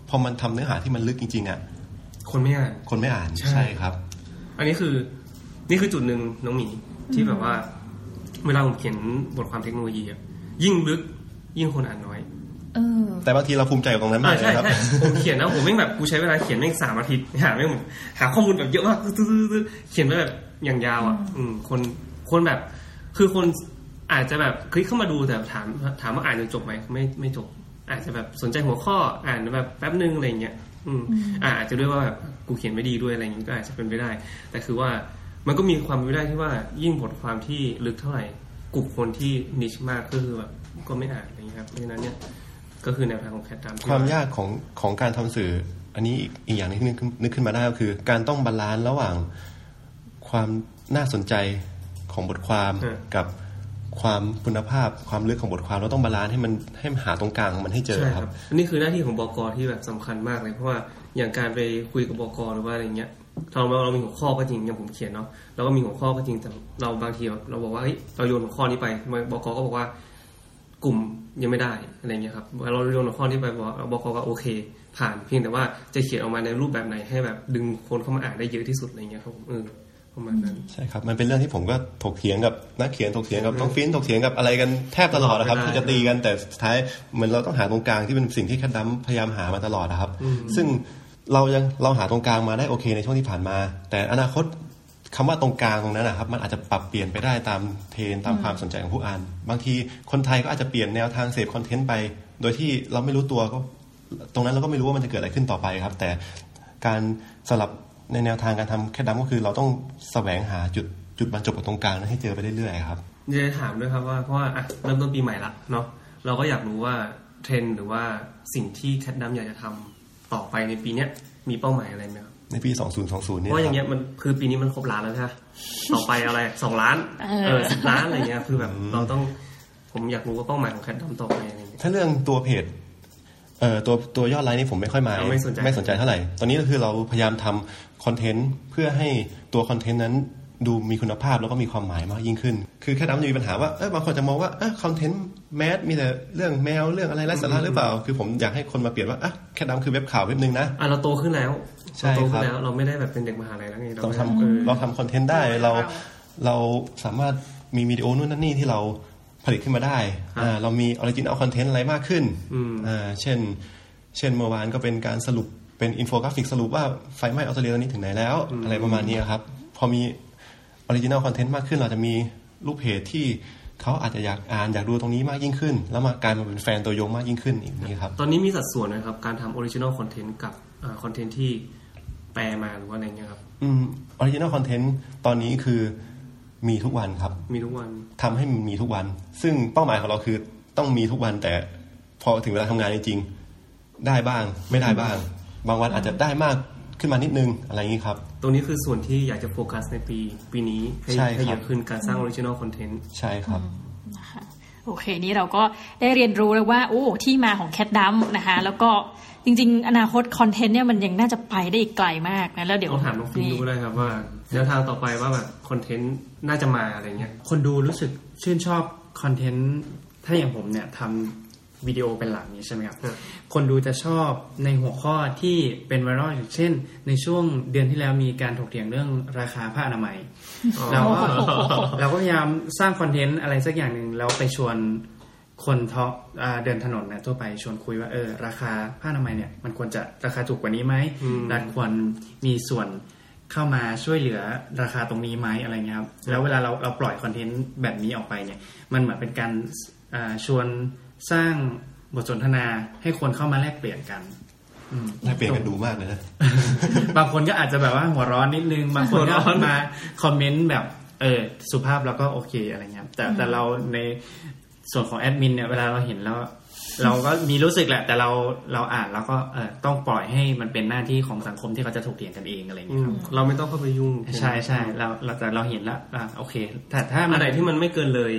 Speaker 2: พอมันทำเนื้อหาที่มันลึกจริงๆอ่ะ
Speaker 3: คนไม่อ่าน
Speaker 2: คนไม่อ่าน
Speaker 3: ใช่
Speaker 2: ใช่ครับ
Speaker 3: อันนี้คือนี่คือจุดหนึ่งน้องหมีที่แบบว่า เวลาผมเขียนบทความเทคโนโลยีอะยิ่งลึกยิ่งคนอ่านน้อย
Speaker 1: เออ
Speaker 2: แต่บางทีเราภูมิใจกับตรงนั้
Speaker 3: อ่าม
Speaker 2: นากเล
Speaker 3: ใช่
Speaker 2: ยครับ
Speaker 3: ใช่ผมเขียนนะผมแม่งแบบกูใช้เวลาเขียนแม่งสามอาทิตย์หาแม่งแบบหาข้อมูลแบบเยอะมากตึ๊ดตึ๊ดตึ๊ดตึ๊ดเขียนไปแบบอย่างยาวอ่ะ อืมคนคนแบบ คือคนอาจจะแบบคลิกเข้ามาดูแต่ถามถามว่าอ่านจนจบไหมไม่ไม่จบ อาจจะแบบสนใจหัวข้ออ่านแบบแป๊บนึงอะไรอย่างเงี้ยอืมอ่าอาจจะด้วยว่าแบบกูเขียนไม่ดีด้วยอะไรอย่างงี้ก็อาจจะเป็นไปได้ แต่คือว่ามันก็มีความเป็นไปได้ที่ว่ายิ่งบทความที่ลึกเท่าไหร่กลุ่มคนที่นิชมากก็คือแบบก็ไม่อ่านอะไรอย่างเงี้ยครับเพราะฉะนั้นเนี่ยก็คือแนวทางของแคทตามที่
Speaker 2: ความยากของของการทำสื่อ อันนี้อีกอีกอย่างหนึงที่นึกขึ้นนึกขึ้นมาได้ก็คือ การต้องบาลานซ์ระหว่างความน่าสนใจของบทความ
Speaker 3: เออ
Speaker 2: กับความคุณภาพความลึกของบทความเราต้องบาลานซ์ให้มันให้มันหาตรงกลางของมันให้เจอ
Speaker 3: ใช่
Speaker 2: ค
Speaker 3: ค
Speaker 2: รั
Speaker 3: รับ บนี่คือหน้าที่ของบกที่แบบสำคัญมากเลยเพราะว่าอย่างการไปคุยกับบกหรือว่าอะไรเงี้ยเราเรามีหัวข้อก็จริงอย่างผมเขียนเนาะเราก็มีหัวข้อก็จริงแต่เราบางทีแบบเราบอกว่าเฮ้ยเราโยนหัวข้อนี้ไปบกก็บอกว่ากลุ่มยังไม่ได้อะไรเงี้ยครับเราโยนหัวข้อนี้ไปบอกบกก็โอเค ผ่านเพียงแต่ว่าจะเขียนออกมาในรูปแบบไหนให้แบบดึงคนเข้ามาอ่านได้เยอะที่สุดอะไรเงี้ยครับผมเออประมาณนั้น
Speaker 2: ใช่ครับ มันเป็นเรื่องที่ผมก็ถกเถียงกับนักเขียนถกเถียงกับน้องฟินถกเถียงกับอะไรกันแทบตลอดนะครับ
Speaker 3: ไม่ได้
Speaker 2: ที่จะตีกันแต่สุดท้ายเหมือนเราต้องหาตรงกลางที่เป็นสิ่งที่แคดดัมพยายามหามาตลอดนะครับ ซึ่งเรายังเราหาตรงกลางมาได้โอเคในช่วงที่ผ่านมา แต่อนาคต คำว่าตรงกลางตรงนั้นนะครับ มันอาจจะปรับเปลี่ยนไปได้ตามเทรนด์ตามความสนใจของผู้อ่าน บางทีคนไทยก็อาจจะเปลี่ยนแนวทางเสพคอนเทนต์ไป โดยที่เราไม่รู้ตัวก็ ตรงนั้นเราก็ไม่รู้ว่ามันจะเกิดอะไรขึ้นต่อไปครับ แต่การสลับในแนวทางการทำแคดดัมก็คือ เราต้องแสวงหาจุดจุดบรรจบของตรงกลางนั้นให้เจอไปเรื่อยๆครับ
Speaker 3: จะถามด้วยครับว่าเพราะว่าอ่ะเริ่มต้นปีใหม่ละเนาะเราก็อยากรู้ว่าเทรนด์หรือว่าสิ่งที่แคทดัมอยากจะทำต่อไปในปีเนี้ยมีเป้าหมายอะไรไหมครับ
Speaker 2: ในปี 2020
Speaker 3: เพ
Speaker 2: เนี่ย
Speaker 3: ราะว่าอย่าง
Speaker 2: ค
Speaker 3: เงี้
Speaker 2: รับ
Speaker 3: ยมันคือปีนี้มันครบล้านแล้วใช่ไหมต่อไปอะไรสองล้าน
Speaker 1: เออ
Speaker 3: เออสิบล้านอะไรเงี้ยคือแบบเราต้องผมอยากรู้ว่าเป้าหมายของแคทดัมต่อไปอะไรเงี้ย
Speaker 2: ถ้าเรื่องตัวเพจเอ่อตัวตัวยอดไลน์นี่ผมไม่ค่อยมา
Speaker 3: เอาไม่สนใจ
Speaker 2: ไม่สนใจเท่าไหร่ ตอนนี้ก็คือเราพยายามทำคอนเทนต์เพื่อให้ตัวคอนเทนต์นั้นดูมีคุณภาพแล้วก็มีความหมายมากยิ่งขึ้น คือแค่น้ำจะมีปัญหาว่าเอยบางคนจะมองว่าเอยคอนเทนต์แมสมีแต่เรื่องแมวเรื่องอะไรไร้สาระหรือเปล่า คือผมอยากให้คนมาเปลี่ยนว่าอ่ะแค่น้ำคือเว็บข่าวเว็บหนึ่งนะ
Speaker 3: อ่ะเราโตขึ้นแล้ว
Speaker 2: ใช่
Speaker 3: เราโตขึ้
Speaker 2: ครับ
Speaker 3: นแล้วเราไม่ได้แบบเป็นเด็กมหาลัยแล้วไง
Speaker 2: เรา
Speaker 3: แบบ
Speaker 2: ท
Speaker 3: เออ
Speaker 2: ำเราทำคอนเทนต์ได้เรา
Speaker 1: เรา
Speaker 2: เราสามารถมีวิดีโอนู่นนั่นนี่ที่เราผลิตขึ้นมาได้
Speaker 3: ครับ
Speaker 2: อ่าเรามีออริจิน l ลคอนเทนต์อะไรมากขึ้น
Speaker 3: อืม
Speaker 2: อ่าเช่น เช่นเมื่อวานก็เป็นการสรุปเป็นอินโฟกราฟิกสรุปว่าไฟไหม้ออสเตรเลียตอนนี้ถึงไหนแล้ว อะไรประมาณนี้ครับ พอมีออริจิน l ลคอนเทนต์มากขึ้น เราจะมีรูปเพจที่เขาอาจจะอยากอ่านอยากดูตรงนี้มากยิ่งขึ้น แล้วมากลายมาเป็นแฟนตัวยงมากยิ่งขึ้นอีกนี้ครับ
Speaker 3: ตอนนี้มีสัดส่วนนะครับการทำออริจินอลคอนเทนต์กับคอนเทนต์ที่แปลมาหรือว่าอะไรเงี้ยครับ
Speaker 2: อืมออริจินอลคอนเทนต์ตอนนี้คือมีทุกวันครับ
Speaker 3: มีทุกวัน
Speaker 2: ทำให้มันมีทุกวัน ซึ่งเป้าหมายของเราคือต้องมีทุกวันแต่พอถึงเวลาทำงานจริงๆได้บ้าง ไม่ได้บ้าง บางวันอาจจะได้มากขึ้นมานิดนึงอะไรอย่างนี้ครับ
Speaker 3: ตรงนี้คือส่วนที่อยากจะโฟกัสในปีปีนี้ให้
Speaker 2: ใช่ครับ
Speaker 3: ให้เยอะขึ้นการสร้างออริจินอลคอนเทนต์
Speaker 2: ใช่ครับ
Speaker 1: นะคะโอเค นี่เราก็ได้เรียนรู้แล้วว่า โอ้ ที่มาของแคดดัมนะคะ แล้วก็จริง ๆ อนาคตคอนเทนต์เนี่ยมันยังน่าจะไปได้อีกไกลมากนะ แล้วเดี๋ยว
Speaker 3: ต้องถามน้องฟินดูเลยครับว่าแนวทางต่อไปว่าแบบคอนเทนต์น่าจะมาอะไรเงี้ย
Speaker 4: คนดูรู้สึกชื่นชอบคอนเทนต์ ถ้าอย่างผมเนี่ยทำวิดีโอเป็นหลักนี้ใช่ไหมครับ
Speaker 3: ครับ
Speaker 4: คนดูจะชอบในหัวข้อที่เป็นไวรัลอย่างเช่น ในช่วงเดือนที่แล้วมีการถกเถียงเรื่องราคาผ้าอนามัย เราก็
Speaker 3: [LAUGHS]
Speaker 4: เราก็พยายามสร้างคอนเทนต์อะไรสักอย่างหนึ่งแล้วไปชวนคนทออ่าเดินถนนนะทั่วไปชวนคุยว่าเออราคาผ้าอนามัยเนี่ยมันควรจะราคาถูกกว่านี้ไหม
Speaker 3: อืม
Speaker 4: รัฐควรมีส่วนเข้ามาช่วยเหลือราคาตรงนี้ไหมอะไรเงี้ยครับแล้วเวลาเราเราปล่อยคอนเทนต์แบบนี้ออกไปเนี่ยมันเหมือนเป็นการอ่าชวนสร้างบทสนทนาให้คนเข้ามาแลกเปลี่ยนกันอืม
Speaker 2: ได้เปลี่ยนกันดูมากเลยนะ
Speaker 4: [LAUGHS] บางคนก็อาจจะแบบว่าหัวร้อนนิดนึง บางคนก็
Speaker 3: หัวร้อน
Speaker 4: มาคอมเมนต์แบบเออสุภาพแล้วก็โอเคอะไรเงี้ยแต่แต่เราในส่วนของแอดมินเนี่ยเวลาเราเห็นแล้ว
Speaker 3: [LAUGHS]
Speaker 4: เราก็มีรู้สึกแหละ แต่เราเราอ่านแล้วก็เออต้องปล่อยให้มันเป็นหน้าที่ของสังคมที่เขาจะถกเถียงกันเองอะไร
Speaker 3: อื
Speaker 4: เงี้ย
Speaker 3: ม
Speaker 4: ครับ
Speaker 3: เราไม่ต้องเข้าไปยุ่ง
Speaker 4: ใช่ใช่เราเราแต่เราเห็นแล้วอ่ะโอเค แต่ถ้ามั
Speaker 3: อันไหนที่มันไม่เกินเลย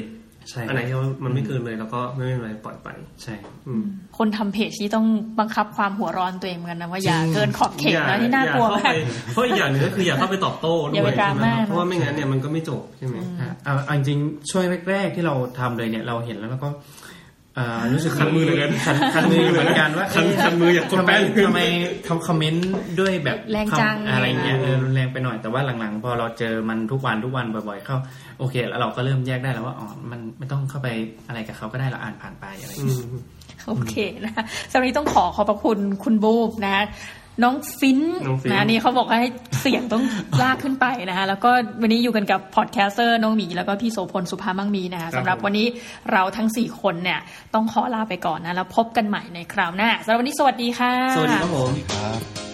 Speaker 4: ใช่
Speaker 3: อันไหนที่มันไม่เกินเลยเราก็ไม่เป็นไรปล่อยไป
Speaker 4: ใช่
Speaker 3: อืม
Speaker 1: คนทำเพจนี่ต้องบังคับความหัวร้อนตัวเองเหมือนกันนะว่าอย่าเกินขอบเขต
Speaker 3: ย่า
Speaker 1: นะที่น่ากลัว
Speaker 3: อย่
Speaker 1: มาก
Speaker 3: เข้ไปเพราะอีกอย่างหนึงก็คืออย่าเข้าไปตอบโต้
Speaker 1: อ
Speaker 3: ด้
Speaker 1: ย่า
Speaker 3: วย
Speaker 1: ไปดราม่า
Speaker 3: ใช่ไหครับเพราะว่าไม่งั้นเนี่ยมันก็ไม่จบใช่ไหม
Speaker 4: อ่ะเอาเอาจริงๆช่วงแรก ๆ ที่เราทำเลยเนี่ยเราเห็นแล้วเราก็เอ่อรู้สึก
Speaker 3: คันมือเหลือเกิน
Speaker 4: คันคันมือเหมือนกันว่า
Speaker 3: คัน
Speaker 4: เะ
Speaker 3: คันมืออยากกด
Speaker 4: ทำไม
Speaker 3: แป้นขึ้น
Speaker 4: ทำไมเขาคอมเมนต์ด้วยแบบ
Speaker 1: แรงจัง
Speaker 4: คำอะไรเงี้ยเออรุนแรงไปหน่อยแต่ว่าหลังๆ พอเราเจอมันทุกวันทุกวันบ่อยๆ เข้าโอเค แล้วเราก็เริ่มแยกได้แล้วว่าอ๋อมันไม่ต้องเข้าไปอะไรกับเขาก็ได้เราอ่านผ่านไปอะไร
Speaker 3: อื
Speaker 4: เงี้ย
Speaker 3: ม
Speaker 1: โอเคนะคะสำหรับวันนี้ต้องขอขอบพระคุณคุณบูบนะน้องฟิน
Speaker 3: น้องฟิน
Speaker 1: นะนี่เขาบอกให้เสียงต้อง ลากขึ้นไปนะคะแล้วก็วันนี้อยู่กันกับพอดแคสเตอร์น้องหมี แล้วก็พี่โสพลสุภามั่งมีนะคะสำหรับวันนี้เราทั้ง 4 คนเนี่ยต้องขอลาไปก่อนนะ แล้วพบกันใหม่ในคราวหน้าสำหรับวันนี้สวัสดีค่ะ
Speaker 3: สวัสดีครับผม
Speaker 2: ครับ